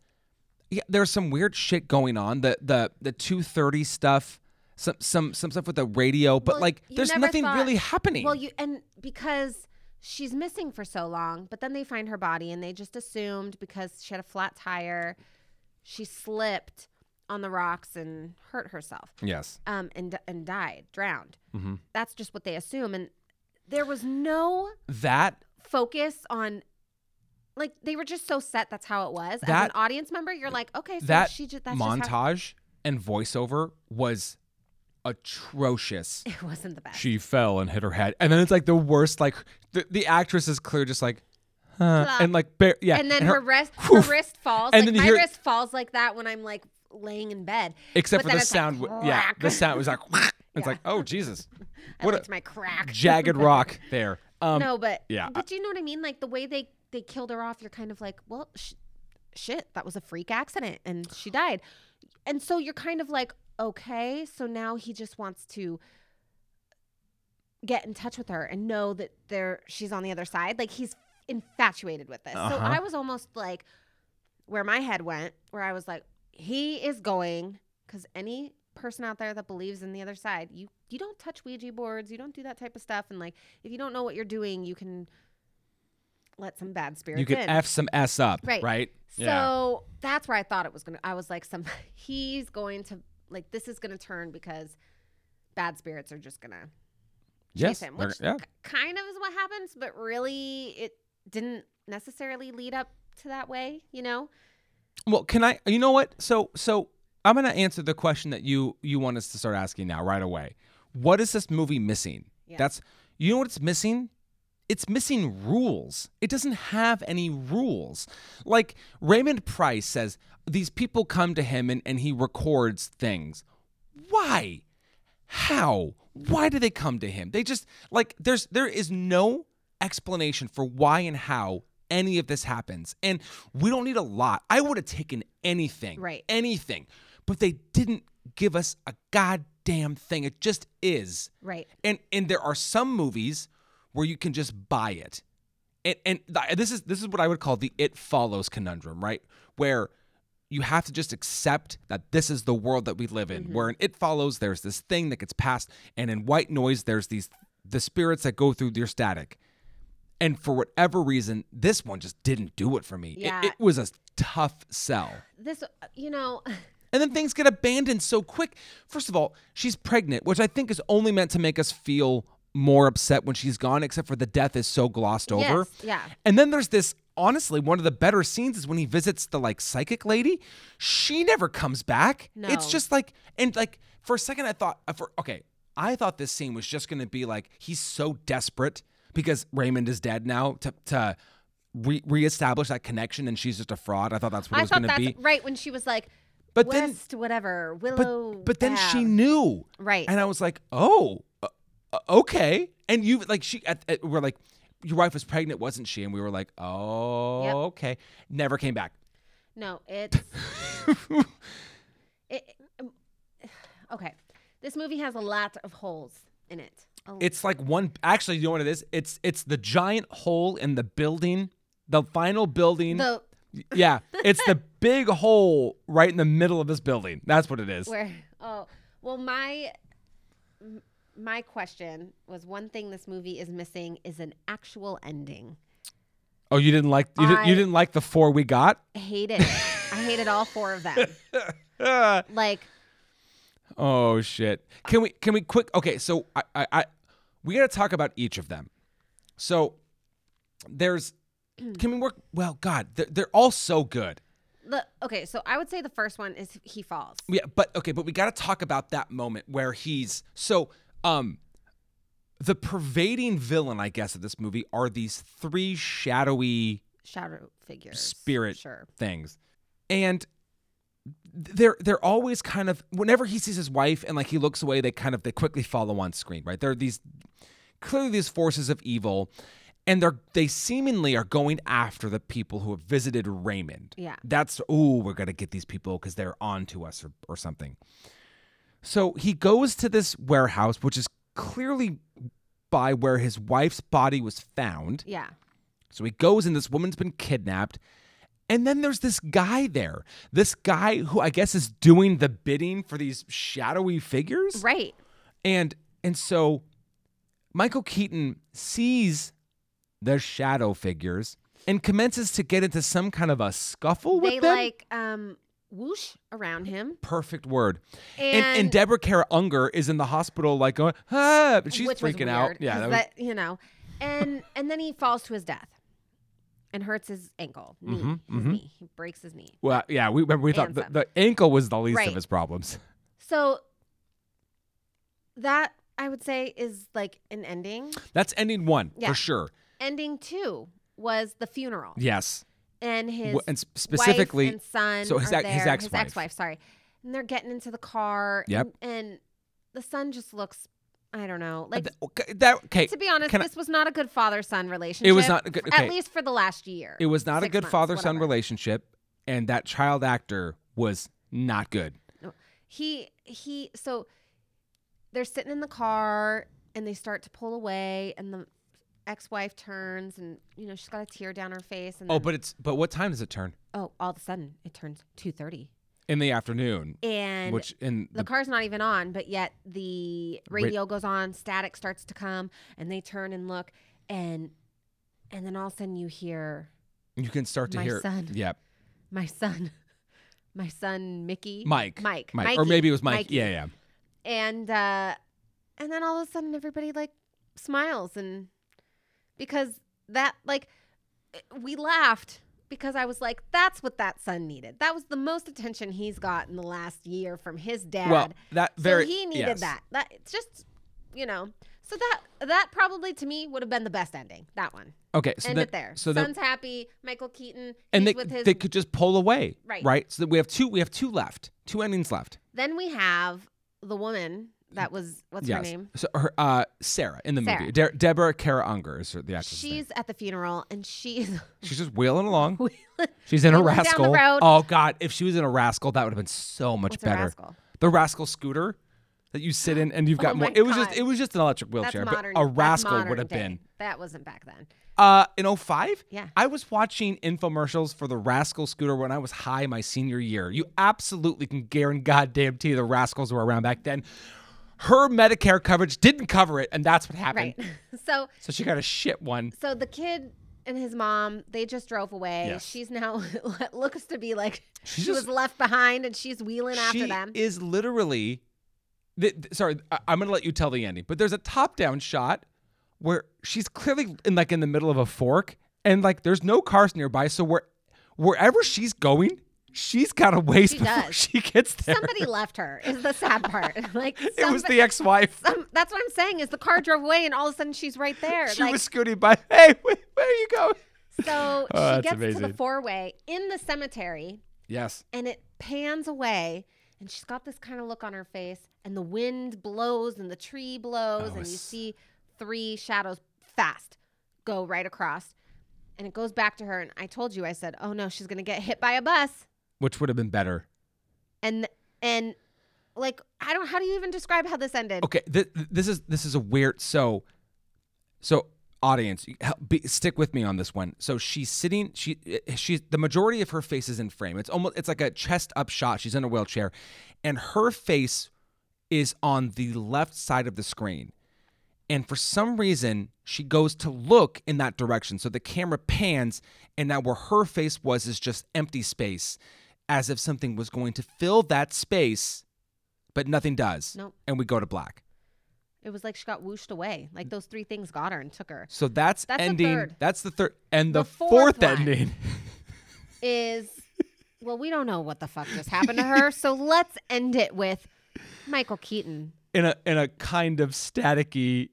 Speaker 4: yeah, there's some weird shit going on. The the the 230 stuff, some some some stuff with the radio, but
Speaker 5: well,
Speaker 4: like
Speaker 5: you
Speaker 4: there's
Speaker 5: never
Speaker 4: nothing
Speaker 5: thought-
Speaker 4: really happening.
Speaker 5: Well, you and because she's missing for so long, but then they find her body and they just assumed because she had a flat tire, she slipped on the rocks and hurt herself,
Speaker 4: yes.
Speaker 5: um, and and died, drowned.
Speaker 4: Mm-hmm.
Speaker 5: That's just what they assume, and there was no
Speaker 4: That
Speaker 5: focus on like they were just so set that's how it was as an
Speaker 4: That-
Speaker 5: audience member you're like okay so
Speaker 4: that
Speaker 5: she just that's just how,
Speaker 4: montage and voiceover was atrocious.
Speaker 5: it wasn't the best
Speaker 4: she fell and hit her head and then it's like the worst like the, the actress is clear just like huh,
Speaker 5: Plop.
Speaker 4: and like bare, yeah
Speaker 5: and then her, wrist
Speaker 4: whoof.
Speaker 5: her wrist falls
Speaker 4: And
Speaker 5: like
Speaker 4: then you
Speaker 5: my
Speaker 4: hear-
Speaker 5: wrist falls like that when i'm like laying in bed
Speaker 4: except
Speaker 5: But
Speaker 4: for
Speaker 5: then
Speaker 4: the
Speaker 5: it's
Speaker 4: sound
Speaker 5: like,
Speaker 4: w- yeah the
Speaker 5: crack.
Speaker 4: sound was like it's like oh jesus
Speaker 5: i
Speaker 4: what
Speaker 5: liked
Speaker 4: a
Speaker 5: my crack
Speaker 4: jagged rock there um
Speaker 5: no but
Speaker 4: yeah, I-
Speaker 5: but you know what i mean like the way they they killed her off you're kind of like well sh- shit that was a freak accident and she died and so you're kind of like okay so now he just wants to get in touch with her and know that there she's on the other side like he's infatuated with this
Speaker 4: Uh-huh.
Speaker 5: so i was almost like where my head went where i was like he is going because any person out there that believes in the other side, you you don't touch Ouija boards, you don't do that type of stuff, and like if you don't know what you're doing, you can let some bad spirits
Speaker 4: You could
Speaker 5: in.
Speaker 4: f some s up,
Speaker 5: Right.
Speaker 4: right?
Speaker 5: So that's where I thought it was gonna. I was like, some he's going to like this is gonna turn because bad spirits are just gonna chase
Speaker 4: yes,
Speaker 5: him,
Speaker 4: they're-
Speaker 5: which
Speaker 4: yeah.
Speaker 5: k- kind of is what happens, but really it didn't necessarily lead up to that way, you know?
Speaker 4: Well, can I? You know what? So, so I'm gonna answer the question that you you want us to start asking now, right away. What is this movie missing?
Speaker 5: Yeah.
Speaker 4: That's you know what it's missing. It's missing rules. It doesn't have any rules. Like Raymond Price says, these people come to him and, and he records things. Why? How? Why do they come to him? They just like there's there is no explanation for why and how any of this happens. And we don't need a lot. I would have taken anything.
Speaker 5: Right.
Speaker 4: Anything. But they didn't give us a goddamn thing. It just is.
Speaker 5: Right.
Speaker 4: And and there are some movies where you can just buy it. And and th- this is this is what I would call the it follows conundrum, right? Where you have to just accept that this is the world that we live in.
Speaker 5: Mm-hmm.
Speaker 4: Where in it follows there's this thing that gets passed and in white noise there's these the spirits that go through their static. And for whatever reason, this one just didn't do it for me. It-
Speaker 5: Yeah.
Speaker 4: it was a tough sell.
Speaker 5: This, uh, you know,
Speaker 4: And then things get abandoned so quick. First of all, she's pregnant, which I think is only meant to make us feel more upset when she's gone, except for the death is so glossed over.
Speaker 5: Yes, yeah.
Speaker 4: And then there's this honestly, one of the better scenes is when he visits the like psychic lady. She never comes back. It's
Speaker 5: No.
Speaker 4: just like and like for a second I thought uh, for okay, I thought this scene was just gonna be like he's so desperate because Raymond is dead now to to re- reestablish that connection and she's just a fraud. I thought that's what it
Speaker 5: I
Speaker 4: was
Speaker 5: thought
Speaker 4: gonna
Speaker 5: that's
Speaker 4: be.
Speaker 5: right when she was like,
Speaker 4: But then-
Speaker 5: West, whatever, Willow.
Speaker 4: But but then she
Speaker 5: Ave."
Speaker 4: knew,
Speaker 5: Right.
Speaker 4: And I was like, oh, uh, uh, okay. And you like she at, at, we're like, your wife was pregnant, wasn't she? And we were like, oh,
Speaker 5: Yep.
Speaker 4: okay. Never came back.
Speaker 5: No, it's. it, um, okay. This movie has a lot of holes in it. A l-
Speaker 4: It's like one. Actually, you know what it is? It's it's the giant hole in the building, the final building.
Speaker 5: the
Speaker 4: yeah, it's the big hole right in the middle of this building. That's what it is.
Speaker 5: Where oh well my m- my question was one thing this movie is missing is an actual ending.
Speaker 4: Oh, you didn't like you, didn't,
Speaker 5: I-
Speaker 4: you didn't like the four we got.
Speaker 5: I hated I hated all four of them. like
Speaker 4: Oh shit! Can we can we quick? Okay, so I I, I we got to talk about each of them. So there's can we work? Well, God, they're, they're all so good.
Speaker 5: the okay, so I would say the first one is he falls.
Speaker 4: Yeah, but okay, but we got to talk about that moment where he's so um the pervading villain, I guess, of this movie are these three shadowy
Speaker 5: Shadow figures.
Speaker 4: spirit
Speaker 5: Sure.
Speaker 4: things. And they're they're always kind of whenever he sees his wife and like he looks away, they kind of they quickly follow on screen, right? There are these clearly these forces of evil, and they're they seemingly are going after the people who have visited Raymond.
Speaker 5: Yeah.
Speaker 4: That's oh, we're gonna get these people because they're on to us or, or something. So he goes to this warehouse, which is clearly by where his wife's body was found.
Speaker 5: Yeah.
Speaker 4: So he goes and this woman's been kidnapped. And then there's this guy there. This guy who I guess is doing the bidding for these shadowy figures.
Speaker 5: Right.
Speaker 4: And and so Michael Keaton sees the shadow figures and commences to get into some kind of a scuffle with
Speaker 5: They
Speaker 4: them.
Speaker 5: like um whoosh around him.
Speaker 4: Perfect word. And, and,
Speaker 5: And-
Speaker 4: Deborah Kara Unger is in the hospital, like going, ah, but she's
Speaker 5: which was
Speaker 4: freaking out.
Speaker 5: weird,
Speaker 4: Yeah,
Speaker 5: 'cause
Speaker 4: that was-
Speaker 5: that- you know, and and then he falls to his death, and hurts his ankle, knee,
Speaker 4: Mm-hmm,
Speaker 5: his knee. He breaks his knee.
Speaker 4: well, yeah. We remember we thought the,
Speaker 5: Handsome.
Speaker 4: the ankle was the least
Speaker 5: Right.
Speaker 4: of his problems.
Speaker 5: So that I would say is like an ending.
Speaker 4: That's ending one
Speaker 5: Yeah.
Speaker 4: for sure.
Speaker 5: Ending two was the funeral
Speaker 4: Yes.
Speaker 5: and his
Speaker 4: Wh- and s-
Speaker 5: wife
Speaker 4: specifically-
Speaker 5: and son.
Speaker 4: so his
Speaker 5: are
Speaker 4: ex- his
Speaker 5: there,
Speaker 4: ex-wife.
Speaker 5: sorry, and they're getting into the car.
Speaker 4: Yep.
Speaker 5: And, and the son just looks. I don't know. Like
Speaker 4: Th- okay, that okay.
Speaker 5: to be honest,
Speaker 4: can I-
Speaker 5: this was not a good father son relationship.
Speaker 4: not a good-
Speaker 5: At
Speaker 4: okay.
Speaker 5: least for the last year.
Speaker 4: it was not a
Speaker 5: six
Speaker 4: good
Speaker 5: months,
Speaker 4: father son
Speaker 5: whatever.
Speaker 4: relationship, and that child actor was not good.
Speaker 5: He he. So they're sitting in the car and they start to pull away, and the ex-wife turns, and you know she's got a tear down her face. And
Speaker 4: Oh,
Speaker 5: then-
Speaker 4: but it's but what time does it turn?
Speaker 5: oh, all of a sudden it turns two thirty.
Speaker 4: in the afternoon,
Speaker 5: and
Speaker 4: which in
Speaker 5: the, car's not even on, but yet the radio goes on, static starts to come, and they turn and look, and and then all of a sudden you hear
Speaker 4: you can start to
Speaker 5: my
Speaker 4: hear.
Speaker 5: son.
Speaker 4: Yeah,
Speaker 5: my son, my son Mickey,
Speaker 4: Mike,
Speaker 5: Mike,
Speaker 4: Mike, or
Speaker 5: Mikey,
Speaker 4: maybe it was Mike.
Speaker 5: Mikey.
Speaker 4: Yeah, yeah.
Speaker 5: and uh, and then all of a sudden everybody like smiles and because that like we laughed because I was like that's what that son needed. That was the most attention he's got in the last year from his dad.
Speaker 4: Well, that very
Speaker 5: so he needed
Speaker 4: yes.
Speaker 5: that. That it's just you know. So that that probably to me would have been the best ending. That one.
Speaker 4: Okay, so
Speaker 5: End
Speaker 4: then,
Speaker 5: it there.
Speaker 4: So then,
Speaker 5: Son's happy. Michael Keaton.
Speaker 4: and
Speaker 5: he's
Speaker 4: they,
Speaker 5: with his
Speaker 4: they could just pull away,
Speaker 5: Right.
Speaker 4: Right. So that we have two. We have two left. Two endings left.
Speaker 5: Then we have the woman that was what's her
Speaker 4: yes.
Speaker 5: name?
Speaker 4: So her, uh, Sarah in the movie.
Speaker 5: Sarah.
Speaker 4: De- Deborah Kara Unger is her- the actress.
Speaker 5: She's at the funeral and she's
Speaker 4: She's just wheeling along. She's in a
Speaker 5: wheeling down the
Speaker 4: rascal.
Speaker 5: road.
Speaker 4: Oh God! If she was in a rascal, that would have been so much
Speaker 5: What's a
Speaker 4: better.
Speaker 5: rascal?
Speaker 4: The rascal scooter that you sit in and you've got
Speaker 5: Oh
Speaker 4: more.
Speaker 5: my
Speaker 4: It was just
Speaker 5: God.
Speaker 4: it was just an electric
Speaker 5: that's
Speaker 4: wheelchair,
Speaker 5: modern.
Speaker 4: but a
Speaker 5: that's
Speaker 4: rascal
Speaker 5: modern
Speaker 4: would have
Speaker 5: day.
Speaker 4: been.
Speaker 5: That wasn't back then.
Speaker 4: Uh, in 05?
Speaker 5: Yeah.
Speaker 4: I was watching infomercials for the Rascal scooter when I was high my senior year. You absolutely can guarantee goddamn the Rascals were around back then. Her Medicare coverage didn't cover it, and that's what happened.
Speaker 5: Right. so
Speaker 4: So she got a shit one.
Speaker 5: so the kid and his mom, they just drove away.
Speaker 4: Yes.
Speaker 5: She's now what looks to be like
Speaker 4: She's
Speaker 5: she
Speaker 4: just-
Speaker 5: was left behind and she's wheeling after
Speaker 4: she
Speaker 5: them.
Speaker 4: is literally. Th- th- sorry, I- I'm gonna let you tell the ending, but there's a top-down shot where she's clearly in like in the middle of a fork, and like there's no cars nearby, so where wherever she's going, she's got a ways
Speaker 5: She
Speaker 4: before
Speaker 5: does.
Speaker 4: she gets there.
Speaker 5: Somebody left her is the sad part. like
Speaker 4: it was
Speaker 5: somebody-
Speaker 4: the ex-wife.
Speaker 5: some, that's what I'm saying is the car drove away and all of a sudden she's right there.
Speaker 4: She
Speaker 5: like,
Speaker 4: was scooting by. Hey, where, where are you going?
Speaker 5: so
Speaker 4: Oh,
Speaker 5: she
Speaker 4: that's
Speaker 5: gets to the
Speaker 4: amazing.
Speaker 5: four way in the cemetery
Speaker 4: Yes.
Speaker 5: and it pans away and she's got this kind of look on her face and the wind blows and the tree blows and you
Speaker 4: it's-
Speaker 5: see three shadows fast go right across and it goes back to her and i told you i said oh no she's gonna get hit by a bus
Speaker 4: Which would have been better.
Speaker 5: and and like i don't how do you even describe how this ended
Speaker 4: Okay, th- th- this is this is a weird. So, so audience, you- help, be, stick with me on this one. So she's sitting. She she's the majority of her face is in frame. It's almost it's like a chest up shot. She's in a wheelchair, and her face is on the left side of the screen. And for some reason, she goes to look in that direction. So the camera pans, and now where her face was is just empty space, as if something was going to fill that space, but nothing does.
Speaker 5: Nope.
Speaker 4: And we go to black.
Speaker 5: it was like she got whooshed away like those three things got her and took her
Speaker 4: So that's,
Speaker 5: That's the
Speaker 4: ending.
Speaker 5: third.
Speaker 4: That's the third. And the,
Speaker 5: The
Speaker 4: fourth,
Speaker 5: fourth one.
Speaker 4: ending.
Speaker 5: is well we don't know what the fuck just happened to her so let's end it with michael keaton
Speaker 4: in a in a kind of staticky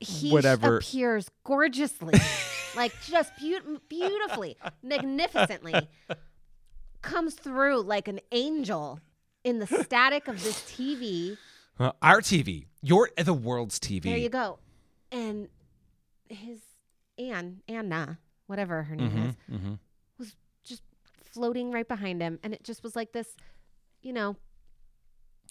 Speaker 5: he sh-
Speaker 4: whatever.
Speaker 5: appears gorgeously, like just beau- beautifully, magnificently, comes through like an angel in the static of this TV.
Speaker 4: uh, our TV. Your the world's TV.
Speaker 5: There you go, and his Anne Anna, whatever her name
Speaker 4: Mm-hmm,
Speaker 5: is, was just floating right behind him, and it just was like this, you know,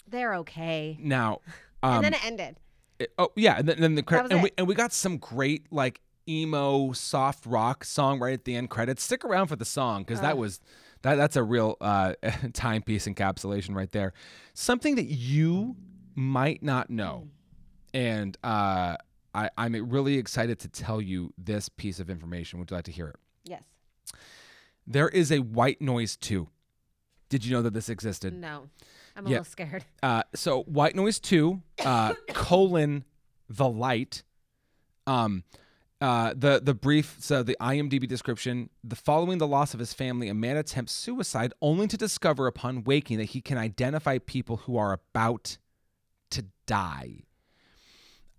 Speaker 5: they're okay,
Speaker 4: Now,
Speaker 5: and
Speaker 4: um,
Speaker 5: then it ended.
Speaker 4: it- oh yeah, and then, then the cre-
Speaker 5: That was
Speaker 4: and we
Speaker 5: it.
Speaker 4: and we got some great like emo soft rock song right at the end credits. Stick around for the song because that was that that's a real uh, timepiece encapsulation right there. Something that you might not know, and uh, I, I'm really excited to tell you this piece of information. Would you like to hear it?
Speaker 5: Yes.
Speaker 4: There is a white noise too. Did you know that this existed?
Speaker 5: No. I'm a
Speaker 4: Yeah.
Speaker 5: little scared.
Speaker 4: Uh, so White Noise Two, uh, colon the light. Um, uh, the the brief so the IMDb description: the following the loss of his family, a man attempts suicide only to discover upon waking that he can identify people who are about to die.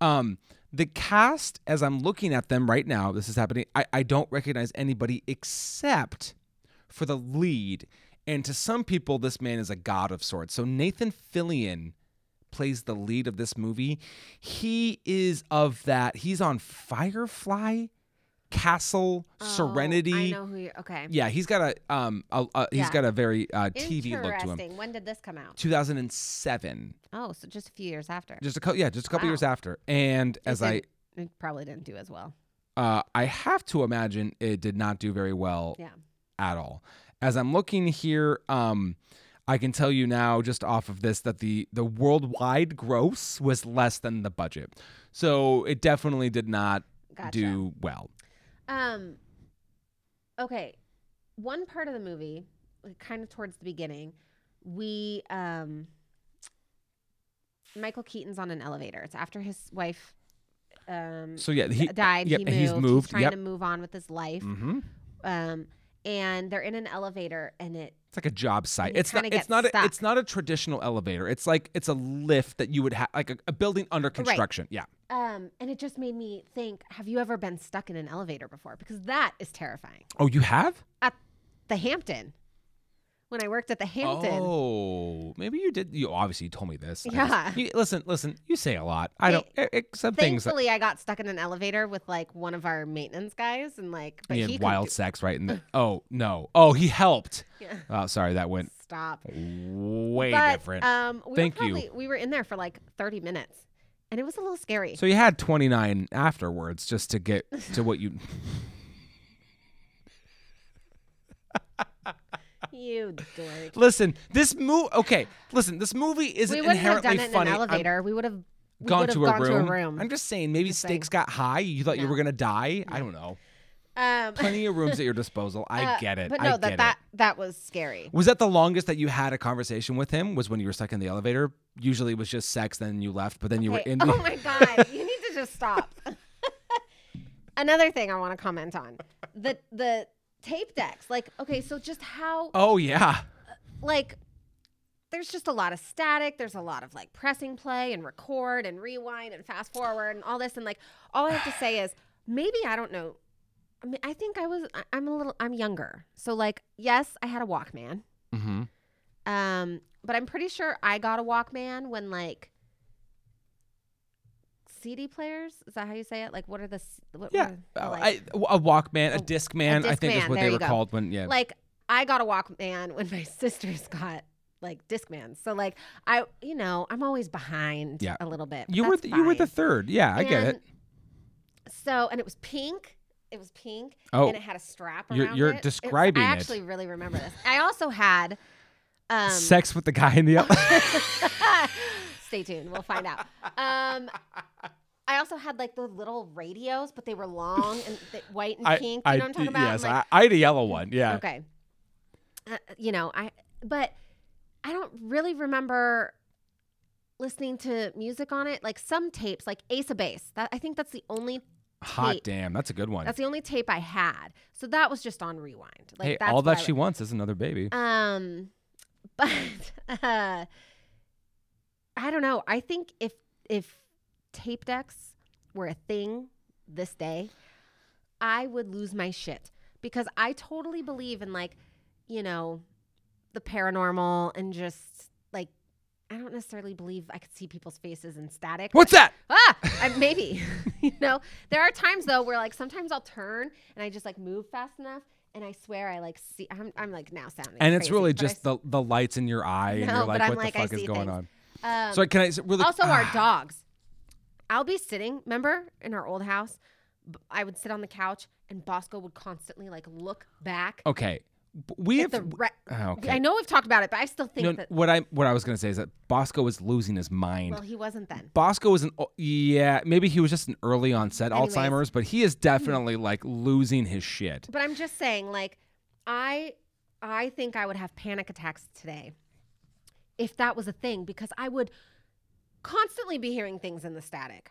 Speaker 4: Um, the cast, as I'm looking at them right now, this is happening. I, I don't recognize anybody except for the lead. And to some people, this man is a god of sorts. So Nathan Fillion plays the lead of this movie. He is of that. He's on Firefly, Castle, Serenity.
Speaker 5: Oh, I know who you're. Okay.
Speaker 4: Yeah, he's got a um, a, a, he's
Speaker 5: Yeah.
Speaker 4: got a very uh, TV look to
Speaker 5: Interesting.
Speaker 4: him.
Speaker 5: When did this come out?
Speaker 4: 2007,
Speaker 5: Oh, so just a few years after.
Speaker 4: just a couple, yeah, just a couple
Speaker 5: Wow.
Speaker 4: years after. And as I,
Speaker 5: It, it probably didn't do as well.
Speaker 4: uh, I have to imagine it did not do very well
Speaker 5: Yeah.
Speaker 4: at all. As I'm looking here, um, I can tell you now, just off of this, that the the worldwide gross was less than the budget, so it definitely did not
Speaker 5: Gotcha.
Speaker 4: do well.
Speaker 5: Um. Okay, one part of the movie, like, kind of towards the beginning, we um. Michael Keaton's on an elevator. It's after his wife. Um,
Speaker 4: So yeah, he
Speaker 5: died.
Speaker 4: yeah,
Speaker 5: he moved.
Speaker 4: he's moved.
Speaker 5: trying
Speaker 4: yep.
Speaker 5: to move on with his life.
Speaker 4: Mhm.
Speaker 5: Um, and they're in an elevator, and it
Speaker 4: It's like a job site.
Speaker 5: you
Speaker 4: It's not.
Speaker 5: kinda
Speaker 4: It's
Speaker 5: get
Speaker 4: not. A, it's
Speaker 5: stuck.
Speaker 4: not a traditional elevator. It's like it's a lift that you would have, like a, a building under construction. Yeah.
Speaker 5: um, and it just made me think: Have you ever been stuck in an elevator before? Because that is terrifying.
Speaker 4: Oh, you have?
Speaker 5: At the Hampton, when I worked at the Hampton,
Speaker 4: Oh, maybe you did. You obviously told me this. I just-
Speaker 5: Yeah.
Speaker 4: you, listen, listen. You say a lot. I don't. e- Except things that
Speaker 5: thankfully I got stuck in an elevator with like one of our maintenance guys, and like, but
Speaker 4: you had
Speaker 5: he could
Speaker 4: wild
Speaker 5: do-
Speaker 4: sex, right? And the, oh no. Oh, he helped.
Speaker 5: Yeah.
Speaker 4: Oh, sorry, that went
Speaker 5: stop.
Speaker 4: way
Speaker 5: but
Speaker 4: different.
Speaker 5: um, we
Speaker 4: Thank
Speaker 5: were
Speaker 4: you.
Speaker 5: probably, We were in there for like thirty minutes, and it was a little scary.
Speaker 4: so you had 29 afterwards just to get to what you.
Speaker 5: you dork.
Speaker 4: listen, this movie. Okay, listen, this movie isn't
Speaker 5: We wouldn't have
Speaker 4: inherently
Speaker 5: done it in
Speaker 4: funny.
Speaker 5: an
Speaker 4: I'm-
Speaker 5: elevator. we would have we
Speaker 4: gone,
Speaker 5: would have
Speaker 4: to, a
Speaker 5: gone
Speaker 4: room.
Speaker 5: to a room.
Speaker 4: I'm just saying, maybe
Speaker 5: Just
Speaker 4: stakes got high. You thought you
Speaker 5: No.
Speaker 4: were gonna die. I don't know.
Speaker 5: um,
Speaker 4: Plenty of rooms at your disposal. I
Speaker 5: uh,
Speaker 4: get it.
Speaker 5: But
Speaker 4: I
Speaker 5: no,
Speaker 4: get
Speaker 5: that
Speaker 4: it.
Speaker 5: that that was scary.
Speaker 4: Was that the longest that you had a conversation with him? Was when you were stuck in the elevator? Usually it was just sex, then you left, but then you were
Speaker 5: Okay,
Speaker 4: in.
Speaker 5: oh
Speaker 4: the-
Speaker 5: my god, you need to just stop. Another thing I want to comment on the the tape decks. Like, okay, so just how
Speaker 4: oh yeah.
Speaker 5: like there's just a lot of static there's a lot of like pressing play and record and rewind and fast forward and all this and like all i have to say is maybe i don't know i mean i think i was I- i'm a little i'm younger so like yes i had a walkman
Speaker 4: Mm-hmm.
Speaker 5: um but i'm pretty sure i got a walkman when like cd players is that how you say it like what are the s- what
Speaker 4: Yeah.
Speaker 5: were the,
Speaker 4: Uh,
Speaker 5: like,
Speaker 4: I- a Walkman, a Discman, I think is
Speaker 5: Discman,
Speaker 4: what
Speaker 5: there
Speaker 4: they
Speaker 5: you
Speaker 4: were
Speaker 5: go.
Speaker 4: called when. Yeah.
Speaker 5: like I got a Walkman when my sisters got like Discman. So like I, you know, I'm always behind
Speaker 4: Yeah.
Speaker 5: a little bit. but
Speaker 4: you were
Speaker 5: that's
Speaker 4: the, you were the
Speaker 5: fine.
Speaker 4: third. Yeah, I get it.
Speaker 5: And So and it was pink. It was pink.
Speaker 4: Oh.
Speaker 5: and it had a strap around
Speaker 4: You're- you're
Speaker 5: it. It's-
Speaker 4: describing it.
Speaker 5: I actually really remember this. I also had. Um,
Speaker 4: sex with the guy in the elevator.
Speaker 5: Stay tuned. We'll find out. Um, I also had like the little radios, but they were long and th- white and
Speaker 4: I,
Speaker 5: pink. You
Speaker 4: I,
Speaker 5: know what I'm talking about?
Speaker 4: Yes,
Speaker 5: Like,
Speaker 4: I, I had a yellow one. Yeah.
Speaker 5: Okay. Uh, you know, I but I don't really remember listening to music on it. Like some tapes, like Ace of Base. That I think that's the only
Speaker 4: Hot
Speaker 5: tape.
Speaker 4: damn, that's a good one.
Speaker 5: That's the only tape I had. So that was just on rewind. Like
Speaker 4: hey,
Speaker 5: that's
Speaker 4: all
Speaker 5: what
Speaker 4: that
Speaker 5: I-
Speaker 4: she wants is another baby.
Speaker 5: Um, but uh, I don't know. I think if if tape decks were a thing this day, I would lose my shit because I totally believe in like, you know, the paranormal and just like I don't necessarily believe I could see people's faces in static.
Speaker 4: What's that?
Speaker 5: Ah, I, maybe. you know, there are times though where like sometimes I'll turn and I just like move fast enough, and I swear I like see. I'm, I'm like now sounding.
Speaker 4: And it's
Speaker 5: crazy,
Speaker 4: really
Speaker 5: but I
Speaker 4: just the, the lights in your eye, and
Speaker 5: No,
Speaker 4: you're like,
Speaker 5: but I'm
Speaker 4: what
Speaker 5: like,
Speaker 4: the
Speaker 5: I
Speaker 4: fuck is
Speaker 5: see
Speaker 4: going
Speaker 5: things.
Speaker 4: on?
Speaker 5: s- Um,
Speaker 4: So can I s- really?
Speaker 5: also,
Speaker 4: ah.
Speaker 5: our dogs. I'll be sitting. Remember in our old house, b- I would sit on the couch, and Bosco would constantly like look back.
Speaker 4: Okay, b- Oh, we
Speaker 5: at
Speaker 4: have.
Speaker 5: the re-
Speaker 4: Ah, okay.
Speaker 5: I know we've talked about it, but I still think
Speaker 4: No,
Speaker 5: that.
Speaker 4: what I what I was gonna say is that Bosco was losing his mind.
Speaker 5: Well, he wasn't then.
Speaker 4: Bosco is an o- yeah, maybe he was just an early onset
Speaker 5: Anyways. Mm-hmm.
Speaker 4: Alzheimer's, but he is definitely like losing his shit.
Speaker 5: But I'm just saying, like, I I think I would have panic attacks today if that was a thing because I would constantly be hearing things in the static.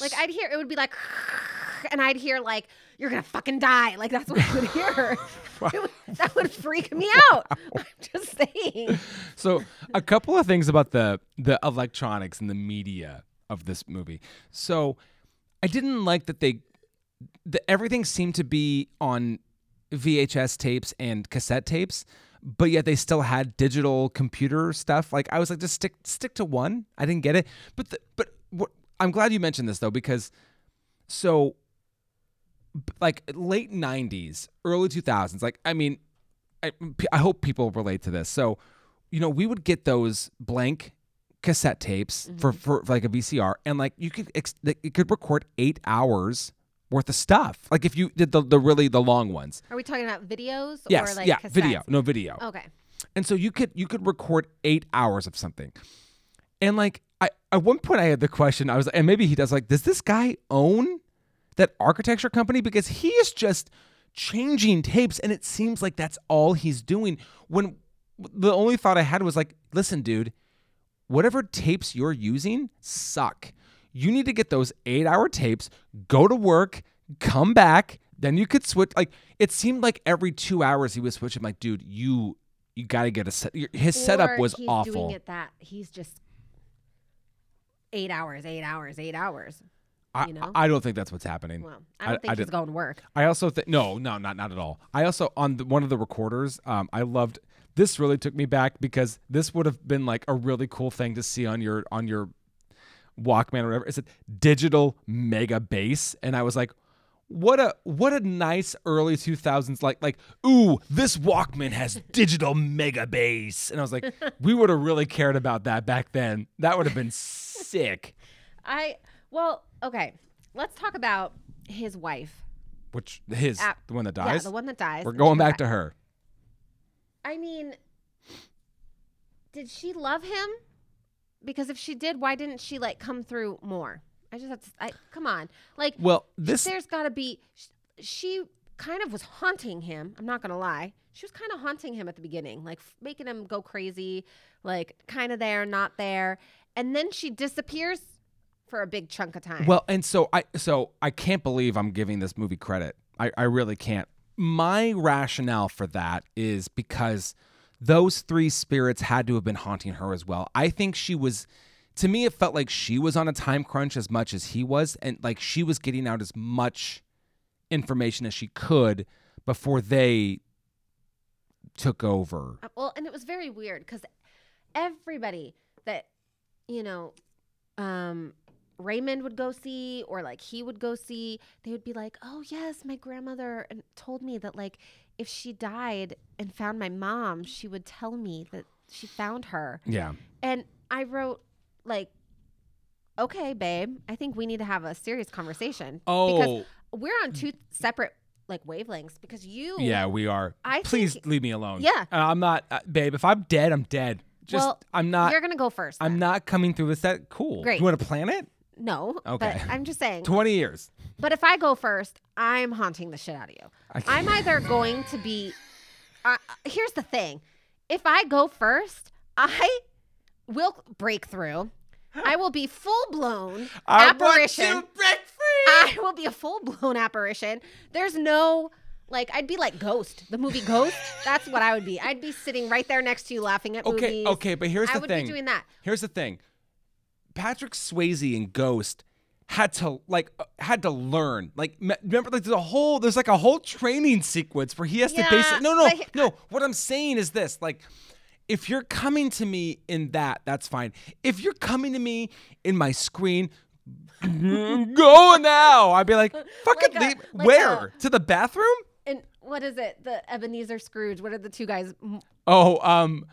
Speaker 5: Like I'd hear it would be like and I'd hear like you're gonna fucking die. Like that's what I would hear. It would- that would freak me out. I'm just saying.
Speaker 4: So, a couple of things about the the electronics and the media of this movie. So, I didn't like that they the, everything seemed to be on VHS tapes and cassette tapes, but yet they still had digital computer stuff. Like I was like, just stick stick to one. I didn't get it, but the, but what, I'm glad you mentioned this though because so b- like late 90s, early 2000s. Like I mean, I, I hope people relate to this. So you know, we would get those blank cassette tapes for,
Speaker 5: Mm-hmm.
Speaker 4: for like a VCR, and like you could ex- like, it could record eight hours worth of stuff. Like if you did the, the really the long ones.
Speaker 5: Are we talking about videos
Speaker 4: Yes,
Speaker 5: or like
Speaker 4: yeah,
Speaker 5: cassettes? Oh.
Speaker 4: video, no video.
Speaker 5: Okay.
Speaker 4: And so you could you could record eight hours of something. And like I at one point I had the question, I was and maybe he does like, does this guy own that architecture company? Because he is just changing tapes and it seems like that's all he's doing. When the only thought I had was like, listen, dude, whatever tapes you're using suck. You need to get those eight hour tapes, go to work, come back, then you could switch. Like it seemed like every two hours he was switching. Like, dude, you you gotta get a set. your- His setup
Speaker 5: Or
Speaker 4: was
Speaker 5: he's
Speaker 4: awful.
Speaker 5: Doing it that he's just eight hours, eight hours, eight hours.
Speaker 4: I,
Speaker 5: you know?
Speaker 4: I don't think that's what's happening.
Speaker 5: Well, I don't
Speaker 4: I-
Speaker 5: think
Speaker 4: I
Speaker 5: he's
Speaker 4: did-
Speaker 5: going to work.
Speaker 4: I also think no, no, not not at all. I also on the, one of the recorders, um, I loved this. Really took me back because this would have been like a really cool thing to see on your on your Walkman or whatever. It said digital mega bass, and I was like, what a what a nice early two thousands like like ooh this Walkman has digital mega bass, and I was like, we would have really cared about that back then. That would have been sick.
Speaker 5: I well, okay. Let's talk about his wife.
Speaker 4: Which his
Speaker 5: Ah,
Speaker 4: the one that
Speaker 5: Yeah,
Speaker 4: dies.
Speaker 5: the one that dies.
Speaker 4: We're
Speaker 5: and
Speaker 4: going
Speaker 5: she
Speaker 4: back
Speaker 5: died.
Speaker 4: to her.
Speaker 5: I mean, did she love him? Because if she did, why didn't she like come through more? I just have to. I come on, like
Speaker 4: Well, this
Speaker 5: there's got to be. sh- She kind of was haunting him. I'm not gonna lie. She was kind of haunting him at the beginning, like f- making him go crazy, like kind of there, not there, and then she disappears for a big chunk of time.
Speaker 4: Well, and so I so I can't believe I'm giving this movie credit. I, I really can't. My rationale for that is because those three spirits had to have been haunting her as well. I think she was to me it felt like she was on a time crunch as much as he was and like she was getting out as much information as she could before they took over.
Speaker 5: Uh, well and it was very weird because everybody that you know um raymond would go see or like he would go see they would be like oh yes my grandmother and- told me that like if she died and found my mom she would tell me that she found her
Speaker 4: Yeah.
Speaker 5: and i wrote like okay babe i think we need to have a serious conversation because
Speaker 4: Oh.
Speaker 5: we're on two separate like wavelengths because you
Speaker 4: Yeah, we are.
Speaker 5: Oh. I
Speaker 4: Please
Speaker 5: think-
Speaker 4: leave me alone.
Speaker 5: Yeah.
Speaker 4: Uh, I'm not uh, babe, if I'm dead, I'm dead. Just
Speaker 5: well,
Speaker 4: I'm not
Speaker 5: you're gonna go first
Speaker 4: I'm
Speaker 5: then.
Speaker 4: not coming through with that. Cool.
Speaker 5: Great.
Speaker 4: You want to plan it?
Speaker 5: No.
Speaker 4: Okay.
Speaker 5: But I'm just saying.
Speaker 4: 20 years.
Speaker 5: But if I go first, I'm haunting the shit out of you.
Speaker 4: I can't-
Speaker 5: I'm either going to be. Uh, here's the thing if I go first, I will break through. I will be full blown apparition.
Speaker 4: I want to break free.
Speaker 5: I will be a full blown apparition. There's no like I'd be like Ghost, the movie Ghost. That's what I would be. I'd be sitting right there next to you, laughing at
Speaker 4: Okay,
Speaker 5: movies.
Speaker 4: okay, but here's
Speaker 5: I
Speaker 4: the
Speaker 5: would
Speaker 4: thing.
Speaker 5: be doing that.
Speaker 4: Here's the thing. Patrick Swayze in Ghost had to like uh, had to learn. Like me- remember like there's a whole there's like a whole training sequence where he has to
Speaker 5: Yeah,
Speaker 4: base No, no.
Speaker 5: but-
Speaker 4: No, what I'm saying is this. Like if you're coming to me in that, that's fine. If you're coming to me in my screen go now. I'd be like, fucking
Speaker 5: Like a-
Speaker 4: leave.
Speaker 5: like
Speaker 4: Where?
Speaker 5: a-
Speaker 4: to the bathroom?
Speaker 5: And what is it? The Ebenezer Scrooge. What are the two guys? M-
Speaker 4: Oh, um,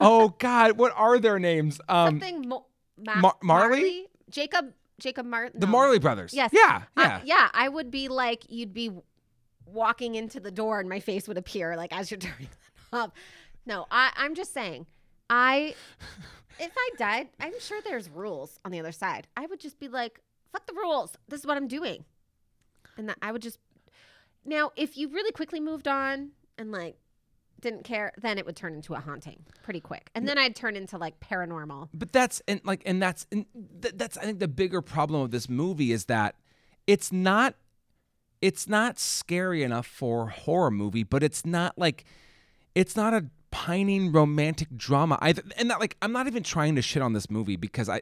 Speaker 4: oh God, what are their names? Um,
Speaker 5: Something Mo- Ma-
Speaker 4: Mar- Marley?
Speaker 5: Jacob Jacob Martin.
Speaker 4: the Marley Brothers.
Speaker 5: Yes.
Speaker 4: Yeah,
Speaker 5: Uh,
Speaker 4: yeah.
Speaker 5: yeah. I would be like you'd be walking into the door and my face would appear like as you're turning it up. No, I, I'm just saying. I if I died, I'm sure there's rules on the other side. I would just be like, fuck the rules. This is what I'm doing. And that I would just now if you really quickly moved on and like didn't care, then it would turn into a haunting pretty quick. And then I'd turn into like paranormal.
Speaker 4: But that's and like and that's and th- that's I think the bigger problem of this movie is that it's not it's not scary enough for a horror movie, but it's not like it's not a pining romantic drama either. And not like I'm not even trying to shit on this movie because I,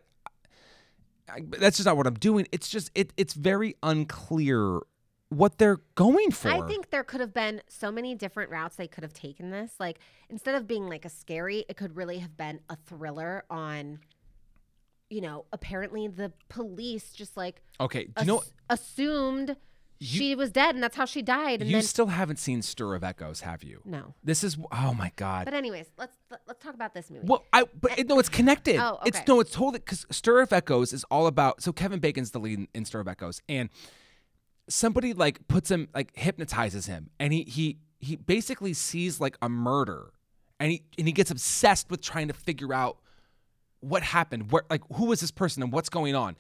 Speaker 4: I that's just not what I'm doing. It's just it it's very unclear what they're going for.
Speaker 5: I think there could have been so many different routes they could have taken this. Like instead of being like a scary, it could really have been a thriller on you know, apparently the police just like
Speaker 4: okay. Do you know
Speaker 5: ass- assumed she was dead and that's how she died and
Speaker 4: You
Speaker 5: then
Speaker 4: still haven't seen Stir of Echoes, have you?
Speaker 5: no.
Speaker 4: This is oh my god.
Speaker 5: But anyways, let's let's talk about this movie.
Speaker 4: well, I but it, no, it's connected.
Speaker 5: Oh,
Speaker 4: It's
Speaker 5: okay.
Speaker 4: no, it's totally because Stir of Echoes is all about. So Kevin Bacon's the lead in, in Stir of Echoes, and somebody like puts him like hypnotizes him, and he he he basically sees like a murder, and he and he gets obsessed with trying to figure out what happened, where like who was this person and what's going on,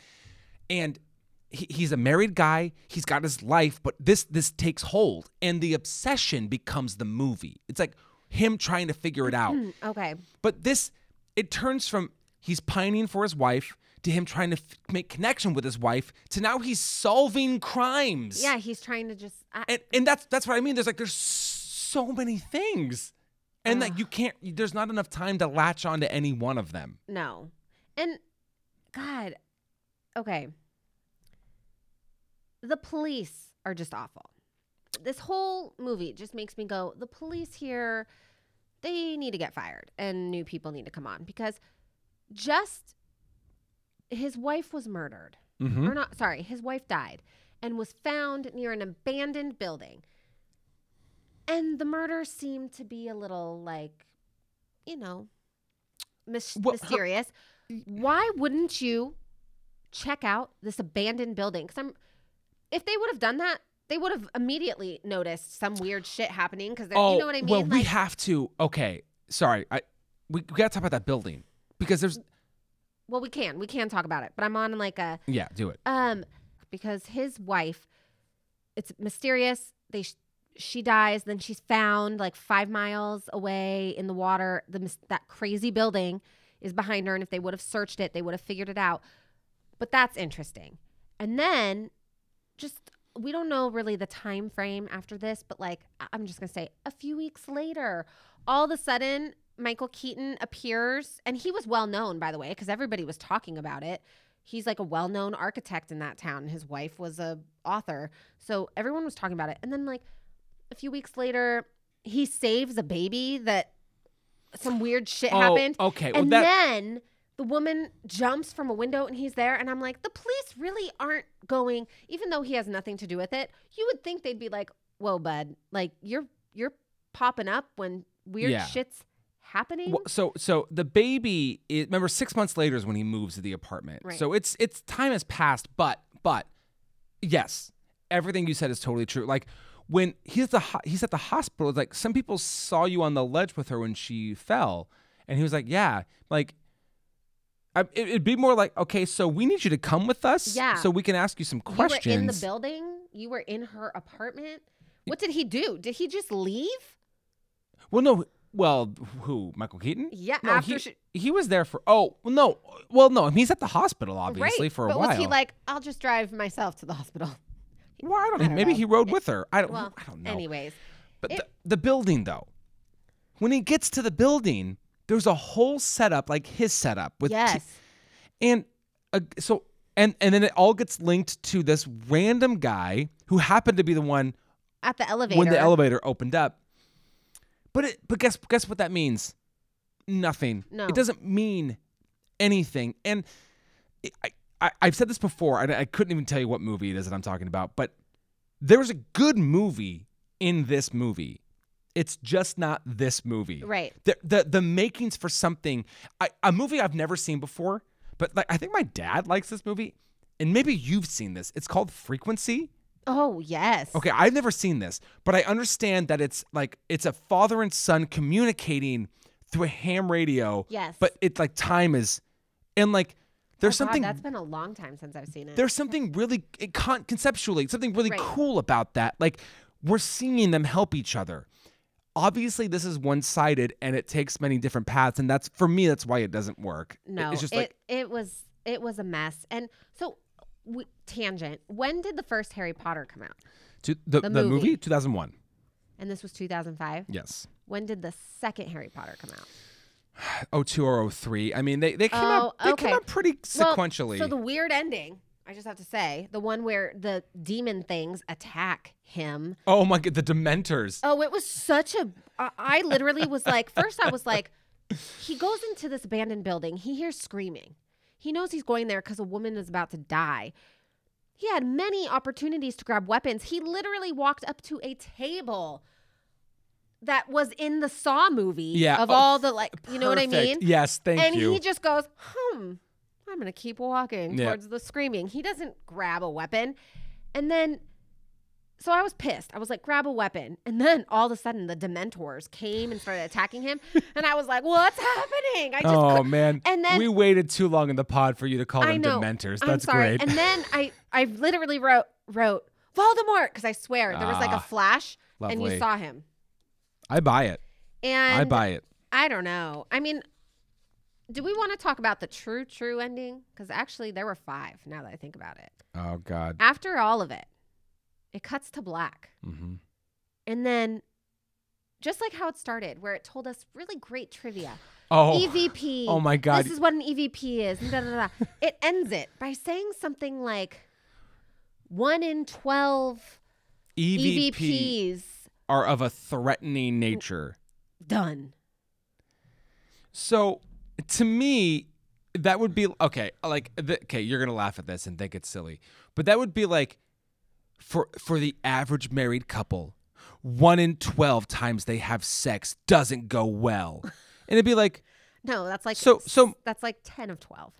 Speaker 4: and he, he's a married guy, he's got his life, but this this takes hold, and the obsession becomes the movie. It's like him trying to figure it out.
Speaker 5: Okay.
Speaker 4: But this, it turns from he's pining for his wife to him trying to f- make connection with his wife to now he's solving crimes.
Speaker 5: Yeah, he's trying to just. I,
Speaker 4: And, and that's that's what I mean. There's like there's so many things, and like you can't. There's not enough time to latch on to any one of them.
Speaker 5: No. And God, okay. The police are just awful. This whole movie just makes me go, the police here, they need to get fired and new people need to come on because just his wife was murdered. Or not, sorry, his wife died and was found near an abandoned building. And the murder seemed to be a little like, you know, mys-
Speaker 4: Well, her-
Speaker 5: mysterious. Why wouldn't you check out this abandoned building? Because I'm, if they would have done that, they would have immediately noticed some weird shit happening. Because
Speaker 4: oh,
Speaker 5: you know what I mean?
Speaker 4: well, we
Speaker 5: Like-
Speaker 4: have to. Okay, sorry. I we, we gotta talk about that building because there's
Speaker 5: well, we can, we can talk about it. But I'm on like a,
Speaker 4: yeah. Do it.
Speaker 5: Um, because his wife, it's mysterious. They sh- she dies, then she's found like five miles away in the water. The mis- that crazy building is behind her, and if they would have searched it, they would have figured it out. But that's interesting. And then, just we don't know really the time frame after this, but like I- I'm just gonna say, a few weeks later, all of a sudden. Michael Keaton appears, and he was well known, by the way, because everybody was talking about it he's like a well-known architect in that town his wife was a author so everyone was talking about it and then like a few weeks later he saves a baby that some weird shit
Speaker 4: Oh,
Speaker 5: happened
Speaker 4: okay, well,
Speaker 5: and
Speaker 4: that-
Speaker 5: then the woman jumps from a window and he's there and i'm like the police really aren't going even though he has nothing to do with it you would think they'd be like whoa bud like you're you're popping up when weird
Speaker 4: Yeah.
Speaker 5: shit's happening
Speaker 4: Well, so so the baby is remember six months later is when he moves to the apartment.
Speaker 5: Right.
Speaker 4: So it's it's time has passed, but but yes, everything you said is totally true. Like when he's the ho- he's at the hospital, it's like some people saw you on the ledge with her when she fell, and he was like, yeah, like. I, it- it'd be more like, okay, so we need you to come with us,
Speaker 5: Yeah.
Speaker 4: so we can ask you some questions.
Speaker 5: You were in the building. You were in her apartment. What did he do? Did he just leave?
Speaker 4: Well, no. Well, who? Michael Keaton?
Speaker 5: Yeah,
Speaker 4: No,
Speaker 5: after
Speaker 4: he,
Speaker 5: she-
Speaker 4: he was there for. Oh, well, no. Well, no. He's at the hospital, obviously,
Speaker 5: right.
Speaker 4: for a
Speaker 5: but
Speaker 4: while.
Speaker 5: was he like, I'll just drive myself to the hospital?
Speaker 4: Well, I don't.
Speaker 5: I don't
Speaker 4: maybe
Speaker 5: know.
Speaker 4: he rode with her. I don't.
Speaker 5: Well,
Speaker 4: I don't know.
Speaker 5: Anyways,
Speaker 4: but
Speaker 5: it-
Speaker 4: the, the building, though, when he gets to the building, there's a whole setup, like his setup with t-
Speaker 5: yes,
Speaker 4: and uh, so and and then it all gets linked to this random guy who happened to be the one
Speaker 5: at the elevator.
Speaker 4: when the elevator opened up. But it, but guess guess what that means? Nothing.
Speaker 5: No.
Speaker 4: It doesn't mean anything. And it- I, I I've said this before, and I couldn't even tell you what movie it is that I'm talking about. But there's a good movie in this movie. It's just not this movie.
Speaker 5: Right.
Speaker 4: The the, the makings for something I, a movie I've never seen before, but like I think my dad likes this movie, and maybe you've seen this. It's called Frequency.
Speaker 5: Oh yes.
Speaker 4: Okay, I've never seen this, but I understand that it's like it's a father and son communicating through a ham radio.
Speaker 5: Yes. Oh,
Speaker 4: But it's like time is, and like there's
Speaker 5: God,
Speaker 4: something
Speaker 5: that's been a long time since I've seen it.
Speaker 4: there's something really it con- conceptually something really
Speaker 5: Right.
Speaker 4: cool about that. Like we're seeing them help each other. Obviously, this is one sided, and it takes many different paths, and that's for me. That's why it doesn't work. It-
Speaker 5: no,
Speaker 4: it's just
Speaker 5: it
Speaker 4: like
Speaker 5: it was it was a mess. And so, we, tangent. When did the first Harry Potter come out?
Speaker 4: to the,
Speaker 5: the
Speaker 4: the movie,
Speaker 5: movie.
Speaker 4: 2001.
Speaker 5: And this was 2005.
Speaker 4: Yes.
Speaker 5: When did the second Harry Potter come out?
Speaker 4: 02 Oh, or 03. I mean, they, they came out
Speaker 5: Oh,
Speaker 4: they
Speaker 5: okay.
Speaker 4: came out pretty
Speaker 5: Well,
Speaker 4: sequentially.
Speaker 5: so the weird ending, I just have to say, the one where the demon things attack him.
Speaker 4: Oh my god, the Dementors.
Speaker 5: Oh, it was such a. I- I literally was like, first I was like, he goes into this abandoned building. He hears screaming. He knows he's going there because a woman is about to die. He had many opportunities to grab weapons. He literally walked up to a table that was in the Saw movie.
Speaker 4: Yeah,
Speaker 5: Of
Speaker 4: oh,
Speaker 5: all the, like, you know what I mean?
Speaker 4: Perfect. Yes, thank
Speaker 5: and
Speaker 4: you.
Speaker 5: he just goes, hmm, I'm going to keep walking
Speaker 4: Yeah.
Speaker 5: towards the screaming. He doesn't grab a weapon. And then So I was pissed. I was like, grab a weapon. And then all of a sudden, the Dementors came and started attacking him. and I was like, what's happening? I just
Speaker 4: oh
Speaker 5: could-
Speaker 4: man,
Speaker 5: And then
Speaker 4: we waited too long in the pod for you to call
Speaker 5: I
Speaker 4: them
Speaker 5: know.
Speaker 4: dementors.
Speaker 5: I'm
Speaker 4: That's
Speaker 5: sorry.
Speaker 4: great.
Speaker 5: And then I, I literally wrote, wrote Voldemort because I swear there was like
Speaker 4: Ah,
Speaker 5: a flash, and
Speaker 4: lovely.
Speaker 5: you saw him.
Speaker 4: I buy it.
Speaker 5: And
Speaker 4: I buy it.
Speaker 5: I don't know. I mean, do we want to talk about the true, true ending? Because actually, there were five. Now that I think about it,
Speaker 4: Oh God.
Speaker 5: after all of it, it cuts to black.
Speaker 4: hmm
Speaker 5: And then, just like how it started, where it told us really great trivia.
Speaker 4: Oh.
Speaker 5: EVP.
Speaker 4: Oh, my God.
Speaker 5: E This is what an EVP is. and da, da, da, da. it ends it by saying something like one in 12 E
Speaker 4: EVP
Speaker 5: EVPs
Speaker 4: E are of a threatening nature.
Speaker 5: done.
Speaker 4: So to me, that would be okay. Like, the, okay, you're gonna laugh at this and think it's silly, but that would be like for for the average married couple, one in twelve times they have sex doesn't go well, and it'd be like,
Speaker 5: No, that's like
Speaker 4: So- so-
Speaker 5: that's like 10 of 12.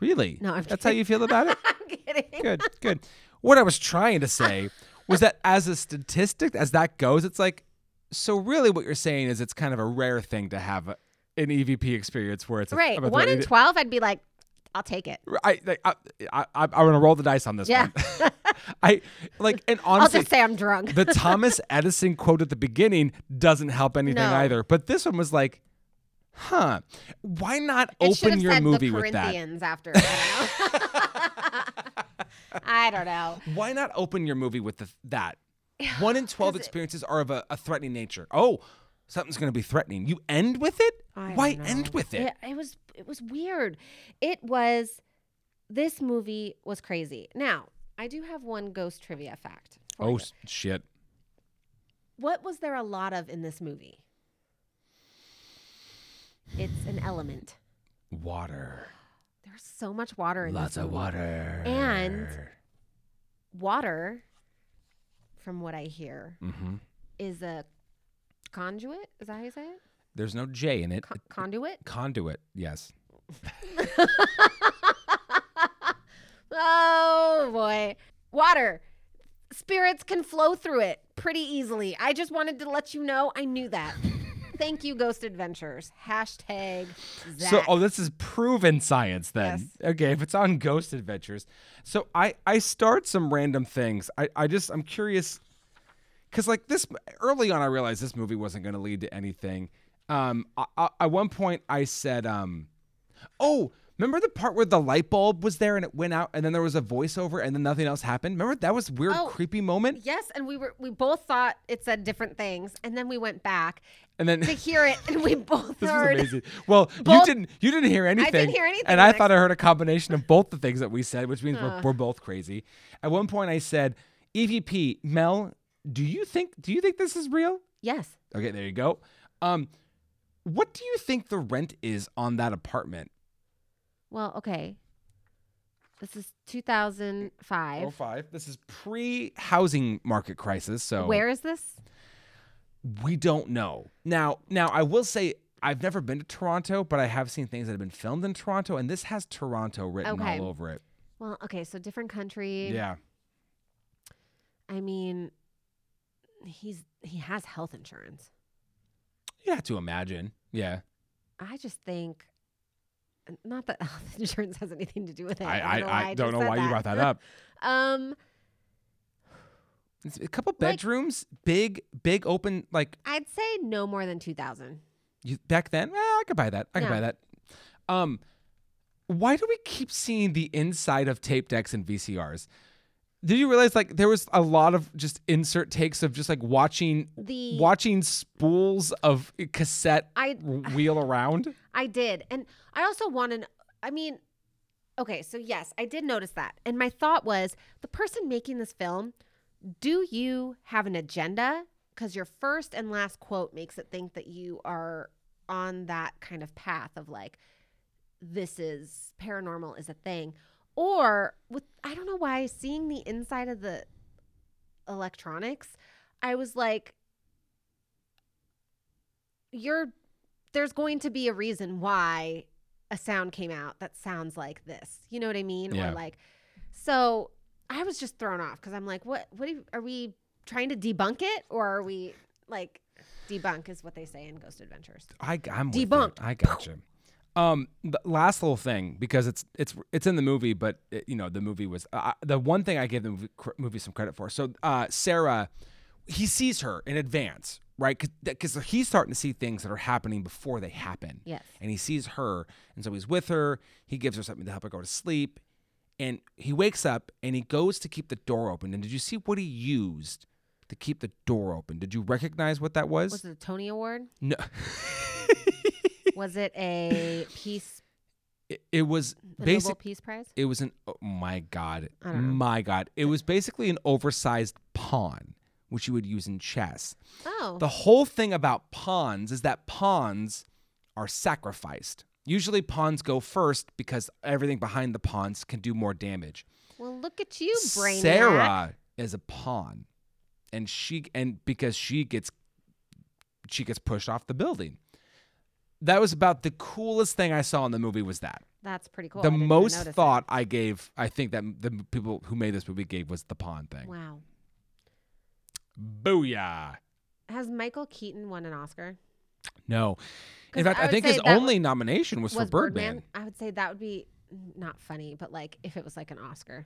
Speaker 4: really?
Speaker 5: No, I'm
Speaker 4: that's how you feel about it.
Speaker 5: I'm kidding.
Speaker 4: good, good. What I was trying to say was that as a statistic, as that goes, it's like, so really what you're saying is it's kind of a rare thing to have a, an EVP experience where it's a-
Speaker 5: Right.
Speaker 4: about
Speaker 5: One in
Speaker 4: thirty-
Speaker 5: 12, I'd be like, I'll take it.
Speaker 4: I, like, I, I, I, I'm gonna roll the dice on this
Speaker 5: Yeah.
Speaker 4: one. I like, and
Speaker 5: I'll
Speaker 4: honestly,
Speaker 5: just say I'm drunk.
Speaker 4: the Thomas Edison quote at the beginning doesn't help anything
Speaker 5: No.
Speaker 4: either. But this one was like, huh? Why not
Speaker 5: It should
Speaker 4: open
Speaker 5: have
Speaker 4: your
Speaker 5: said
Speaker 4: movie
Speaker 5: the
Speaker 4: with that?
Speaker 5: Corinthians after. I don't know. I don't know.
Speaker 4: Why not open your movie with the, that? One in twelve experiences are of a, a threatening nature. Oh, something's gonna be threatening. You end with it?
Speaker 5: I don't
Speaker 4: Why
Speaker 5: know.
Speaker 4: end with it?
Speaker 5: it? It was it was weird. It was this movie was crazy. Now, I do have one ghost trivia fact. for
Speaker 4: Oh
Speaker 5: you.
Speaker 4: s- shit!
Speaker 5: What was there a lot of in this movie? It's an element.
Speaker 4: Water.
Speaker 5: There's so much water in
Speaker 4: Lots
Speaker 5: this
Speaker 4: of
Speaker 5: movie.
Speaker 4: water.
Speaker 5: And water, from what I hear,
Speaker 4: hmm
Speaker 5: is a conduit. Is that how you say it?
Speaker 4: There's no J in it.
Speaker 5: Con- conduit?
Speaker 4: Conduit. Yes.
Speaker 5: oh boy. Water. Spirits can flow through it pretty easily. I just wanted to let you know I knew that. Thank you, Ghost Adventures. Hashtag Zach.
Speaker 4: So, oh, this is proven science then.
Speaker 5: Yes.
Speaker 4: Okay, if it's on Ghost Adventures, so I I start some random things. I I just I'm curious, because like this early on, I realized this movie wasn't going to lead to anything. Um, I, I, at one point I said, um, oh, remember the part where the light bulb was there and it went out, and then there was a voiceover, and then nothing else happened. Remember that was weird,
Speaker 5: Oh.
Speaker 4: creepy moment,
Speaker 5: yes, and we were we both thought it said different things, and then we went back
Speaker 4: and then
Speaker 5: to hear it, and we both
Speaker 4: This was
Speaker 5: heard.
Speaker 4: amazing. Well,
Speaker 5: Both-
Speaker 4: you didn't you didn't hear anything.
Speaker 5: hear anything
Speaker 4: And
Speaker 5: the
Speaker 4: I
Speaker 5: next
Speaker 4: thought I heard a combination of both the things that we said, which means we're, we're both crazy. At one point I said, EVP, Mel, do you think do you think this is real?
Speaker 5: Yes.
Speaker 4: Okay, there you go. Um what do you think the rent is on that apartment?
Speaker 5: Well, okay. This is 2005.
Speaker 4: five. This is pre-housing market crisis, so
Speaker 5: Where is this?
Speaker 4: we don't know. Now, now I will say I've never been to Toronto, but I have seen things that have been filmed in Toronto, and this has Toronto written
Speaker 5: Okay.
Speaker 4: all over it.
Speaker 5: Well, okay, so different country.
Speaker 4: Yeah.
Speaker 5: I mean, he's he has health insurance.
Speaker 4: You have to imagine. Yeah.
Speaker 5: I just think, not that health insurance has anything to do with it.
Speaker 4: I, I,
Speaker 5: don't know
Speaker 4: I,
Speaker 5: why I
Speaker 4: don't
Speaker 5: just
Speaker 4: know
Speaker 5: said
Speaker 4: why you brought that up.
Speaker 5: um,
Speaker 4: It's a couple
Speaker 5: Like-
Speaker 4: bedrooms, big, big open, like
Speaker 5: I'd say no more than two thousand.
Speaker 4: you, back then. eh, I could buy that. I could buy
Speaker 5: Yeah.
Speaker 4: that. Um, why do we keep seeing the inside of tape decks and VCRs? Did you realize like there was a lot of just insert takes of just like watching
Speaker 5: The-
Speaker 4: watching spools of cassette
Speaker 5: I-
Speaker 4: wheel around?
Speaker 5: I did, and I also want to. kn- I mean, okay, so yes, I did notice that, and my thought was the person making this film. Do you have an agenda? Because your first and last quote makes it think that you are on that kind of path of like, this is paranormal is a thing, or with I don't know why seeing the inside of the electronics, I was like, you're there's going to be a reason why a sound came out that sounds like this. You know what I mean?
Speaker 4: Yeah.
Speaker 5: Or like, so I I was just thrown off because I'm like, what? What are, you- are we trying to debunk it, or are we like debunk is what they say in Ghost Adventures?
Speaker 4: I, I'm with you.
Speaker 5: Debunked.
Speaker 4: I gotcha. Um, the last little thing because it's it's it's in the movie, but it, you know the movie was uh, the one thing I gave the movie, cr- movie some credit for. So uh, Sarah, he sees her in advance, right? Because he's starting to see things that are happening before they happen.
Speaker 5: Yes.
Speaker 4: And he sees her, and so he's with her. He gives her something to help her go to sleep, and he wakes up and he goes to keep the door open. And did you see what he used to keep the door open? Did you recognize what that was?
Speaker 5: Was it a Tony Award?
Speaker 4: no.
Speaker 5: Was it a peace,
Speaker 4: It, it was
Speaker 5: a Nobel
Speaker 4: basic.
Speaker 5: Peace Prize?
Speaker 4: It was an oh my god,
Speaker 5: I don't know.
Speaker 4: my god. It was basically an oversized pawn, which you would use in chess.
Speaker 5: Oh,
Speaker 4: The whole thing about pawns is that pawns are sacrificed. Usually pawns go first because everything behind the pawns can do more damage.
Speaker 5: well, look at you, brain.
Speaker 4: Sarah is a pawn, and she and because she gets she gets pushed off the building. That was about the coolest thing I saw in the movie. Was that
Speaker 5: That's pretty cool. I
Speaker 4: the
Speaker 5: didn't even
Speaker 4: most
Speaker 5: notice that.
Speaker 4: thought I gave, I think that m- the m- people who made this movie gave was the pawn thing.
Speaker 5: Wow.
Speaker 4: Booyah!
Speaker 5: Has Michael Keaton won an Oscar?
Speaker 4: No, in
Speaker 5: 'Cause
Speaker 4: fact,
Speaker 5: I
Speaker 4: I,
Speaker 5: would
Speaker 4: think
Speaker 5: say
Speaker 4: his
Speaker 5: that
Speaker 4: only nomination was, for Birdman.
Speaker 5: I would say that would be not funny, but like if it was like an Oscar.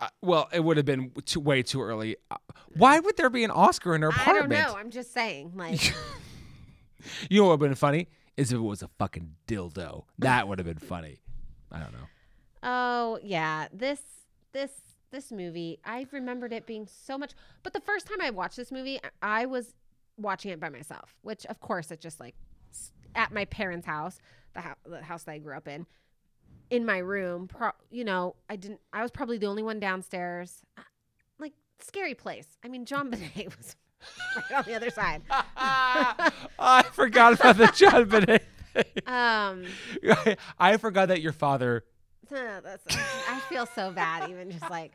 Speaker 4: Uh, well, it would have been too, way too early. Uh, why would there be an Oscar in her
Speaker 5: I don't
Speaker 4: apartment?
Speaker 5: know. I'm just saying. Like,
Speaker 4: You know what would have been funny is if it was a fucking dildo. That would have been funny. I don't know.
Speaker 5: oh yeah, this this this movie. I remembered it being so much. But the first time I watched this movie, I was watching it by myself, which of course it just like s- at my parents' house, the, hou- the house that I grew up in, in my room. Pro- you know, I didn't. I was probably the only one downstairs. Uh, Like scary place. I mean, John Bonet was right on the other side. Ah.
Speaker 4: I forgot about the John Bonet.
Speaker 5: Um,
Speaker 4: thing. I forgot that your father.
Speaker 5: huh, that's, I feel so bad, even just like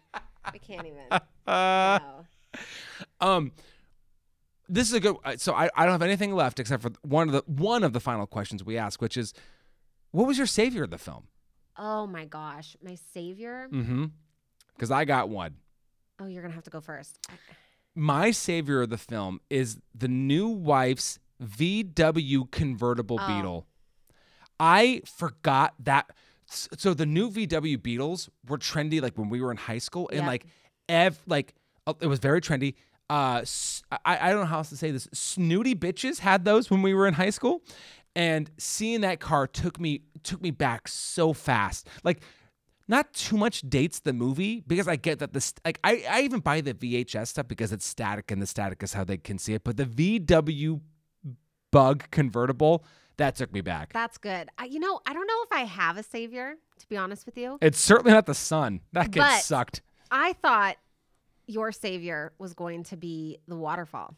Speaker 5: we can't even.
Speaker 4: Uh,
Speaker 5: no.
Speaker 4: Um, this is a good. uh, So I, I don't have anything left except for one of the one of the final questions we ask, which is, what was your savior of the film?
Speaker 5: Oh my gosh, my savior.
Speaker 4: Mm-hmm. Because I got one.
Speaker 5: Oh, you're gonna have to go first. I-
Speaker 4: My savior of the film is the new wife's VW convertible
Speaker 5: Oh.
Speaker 4: Beetle. I forgot that. s- So the new VW Beetles were trendy, like when we were in high school, and
Speaker 5: Yep.
Speaker 4: like ev, like uh, it was very trendy. Uh, s- I I don't know how else to say this. Snooty bitches had those when we were in high school, and seeing that car took me took me back so fast. Like, not too much dates the movie because I get that this like I I even buy the VHS stuff because it's static and the static is how they can see it. But the VW bug convertible that took me back.
Speaker 5: That's good. I, you know, I don't know if I have a savior. To be honest with you,
Speaker 4: It's certainly not the sun. That kid
Speaker 5: But-
Speaker 4: sucked.
Speaker 5: I thought your savior was going to be the waterfall,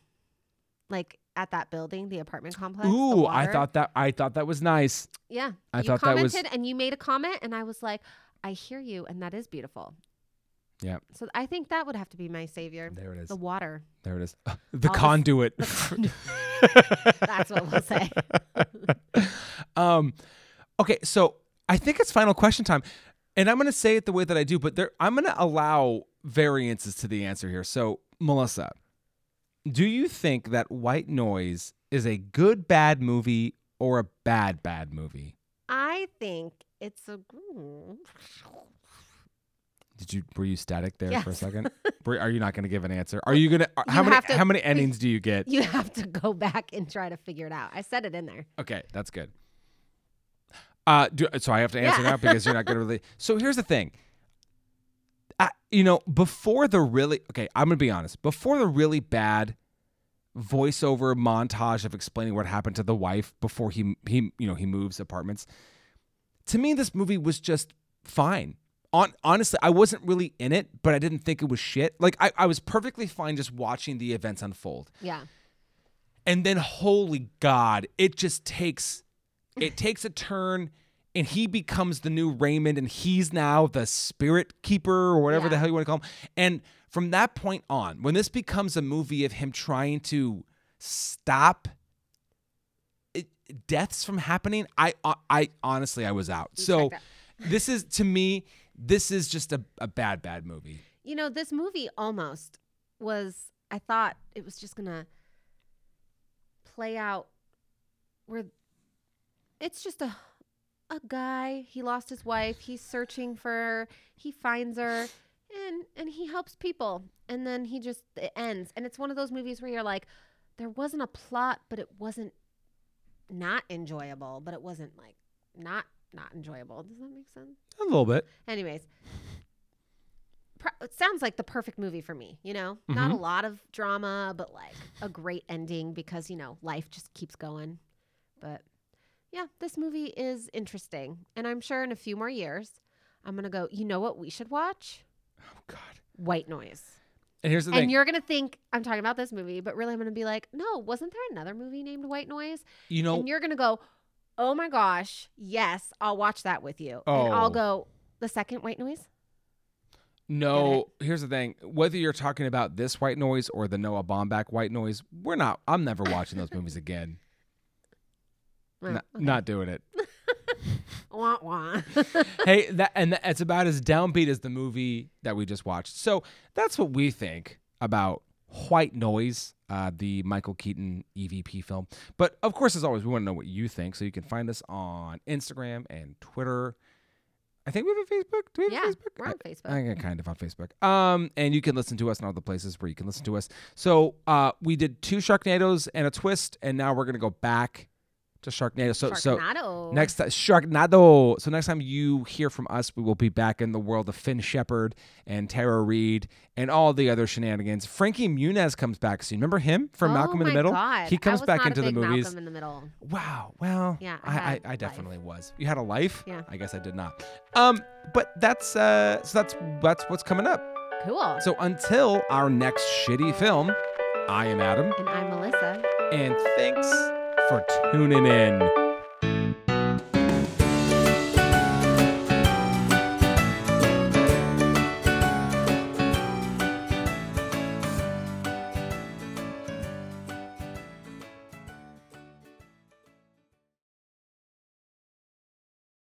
Speaker 5: like at that building, the apartment complex. the
Speaker 4: Ooh, I
Speaker 5: water.
Speaker 4: thought that I thought that was nice.
Speaker 5: Yeah,
Speaker 4: I
Speaker 5: you
Speaker 4: thought that was-
Speaker 5: commented and you made a comment, and I was like, I hear you, and that is beautiful.
Speaker 4: Yeah,
Speaker 5: So I think that would have to be my savior.
Speaker 4: there it is.
Speaker 5: The water.
Speaker 4: There it is. The
Speaker 5: All this-
Speaker 4: conduit.
Speaker 5: That's what we'll say.
Speaker 4: um, okay, so I think it's final question time, and I'm going to say it the way that I do, but there I'm going to allow variances to the answer here. So, Melissa, do you think that White Noise is a good bad movie or a bad bad movie?
Speaker 5: I think it's a.
Speaker 4: Did you were you static there for a
Speaker 5: Yes.
Speaker 4: second? Were, are you not going to give an answer? Are you going to how
Speaker 5: You
Speaker 4: many
Speaker 5: have to-
Speaker 4: how many endings do you get?
Speaker 5: You have to go back and try to figure it out. I said it in there.
Speaker 4: Okay, that's good. Uh, do, so I have to answer
Speaker 5: Yeah.
Speaker 4: now because you're not going to really. So here's the thing. I, you know, before the really okay, I'm going to be honest. Before the really bad voiceover montage of explaining what happened to the wife before he he you know he moves apartments, to me this movie was just fine. On, honestly, I wasn't really in it, but I didn't think it was shit. Like I, I was perfectly fine just watching the events unfold
Speaker 5: Yeah.
Speaker 4: and then holy god it just takes it takes a turn and he becomes the new raymond and he's now the spirit keeper or whatever the
Speaker 5: Yeah.
Speaker 4: hell you want to call him and from that point on when this becomes a movie of him trying to stop it, deaths from happening i i uh, honestly i was out so
Speaker 5: checked out.
Speaker 4: this is to me This is just a, a bad, bad movie.
Speaker 5: You know, this movie almost was, I thought it was just going to play out where it's just a a guy, he lost his wife, he's searching for her, he finds her and and he helps people and then he just it ends. And it's one of those movies where you're like there wasn't a plot, but it wasn't not enjoyable, but it wasn't like not not enjoyable. Does that make sense?
Speaker 4: A little bit.
Speaker 5: Anyways, pro- it sounds like the perfect movie for me. You know, not
Speaker 4: Mm-hmm.
Speaker 5: a lot of drama, but like a great ending because you know life just keeps going. But yeah, this movie is interesting, and I'm sure in a few more years, I'm gonna go. You know what we should watch?
Speaker 4: Oh, God.
Speaker 5: White Noise.
Speaker 4: And here's the
Speaker 5: And
Speaker 4: thing.
Speaker 5: you're gonna think I'm talking about this movie, but really I'm gonna be like, no, wasn't there another movie named White Noise?
Speaker 4: You know,
Speaker 5: and you're gonna go, oh my gosh, yes, I'll watch that with you,
Speaker 4: Oh.
Speaker 5: and I'll go the second white noise.
Speaker 4: No, here's the thing. Whether you're talking about this white noise or the Noah Baumbach white noise, we're not. I'm never watching those movies again.
Speaker 5: Well,
Speaker 4: Not- Not doing it.
Speaker 5: Wah, wah.
Speaker 4: hey, that and that, it's about as downbeat as the movie that we just watched. So that's what we think about White Noise, uh, the Michael Keaton EVP film. But of course, as always, we want to know what you think. So you can find us on Instagram and Twitter. I think we have a Facebook. Do we have
Speaker 5: yeah,
Speaker 4: a Facebook?
Speaker 5: we're on
Speaker 4: I
Speaker 5: Facebook.
Speaker 4: think I kind of on Facebook. Um, and you can listen to us in all the places where you can listen to us. So uh, we did two Sharknadoes and a twist, and now we're gonna go back to Sharknado. So so
Speaker 5: Sharknado.
Speaker 4: next ti- Sharknado. So next time you hear from us, we will be back in the world of Finn Shepard and Tara Reid and all the other shenanigans. Frankie Muniz comes back soon. Remember him from Malcolm
Speaker 5: oh
Speaker 4: in the
Speaker 5: my
Speaker 4: Middle?
Speaker 5: God.
Speaker 4: He comes
Speaker 5: I was
Speaker 4: back
Speaker 5: not
Speaker 4: into
Speaker 5: a
Speaker 4: the
Speaker 5: big
Speaker 4: movies.
Speaker 5: Malcolm in the Middle.
Speaker 4: Wow. Well,
Speaker 5: Yeah,
Speaker 4: I,
Speaker 5: I
Speaker 4: I,
Speaker 5: had
Speaker 4: I
Speaker 5: life.
Speaker 4: definitely was. You had a life.
Speaker 5: Yeah.
Speaker 4: I guess I did not. Um, but that's uh, so that's that's what's coming up.
Speaker 5: Cool.
Speaker 4: So until our next shitty film, I am Adam,
Speaker 5: and I'm Melissa.
Speaker 4: and thanks for tuning in.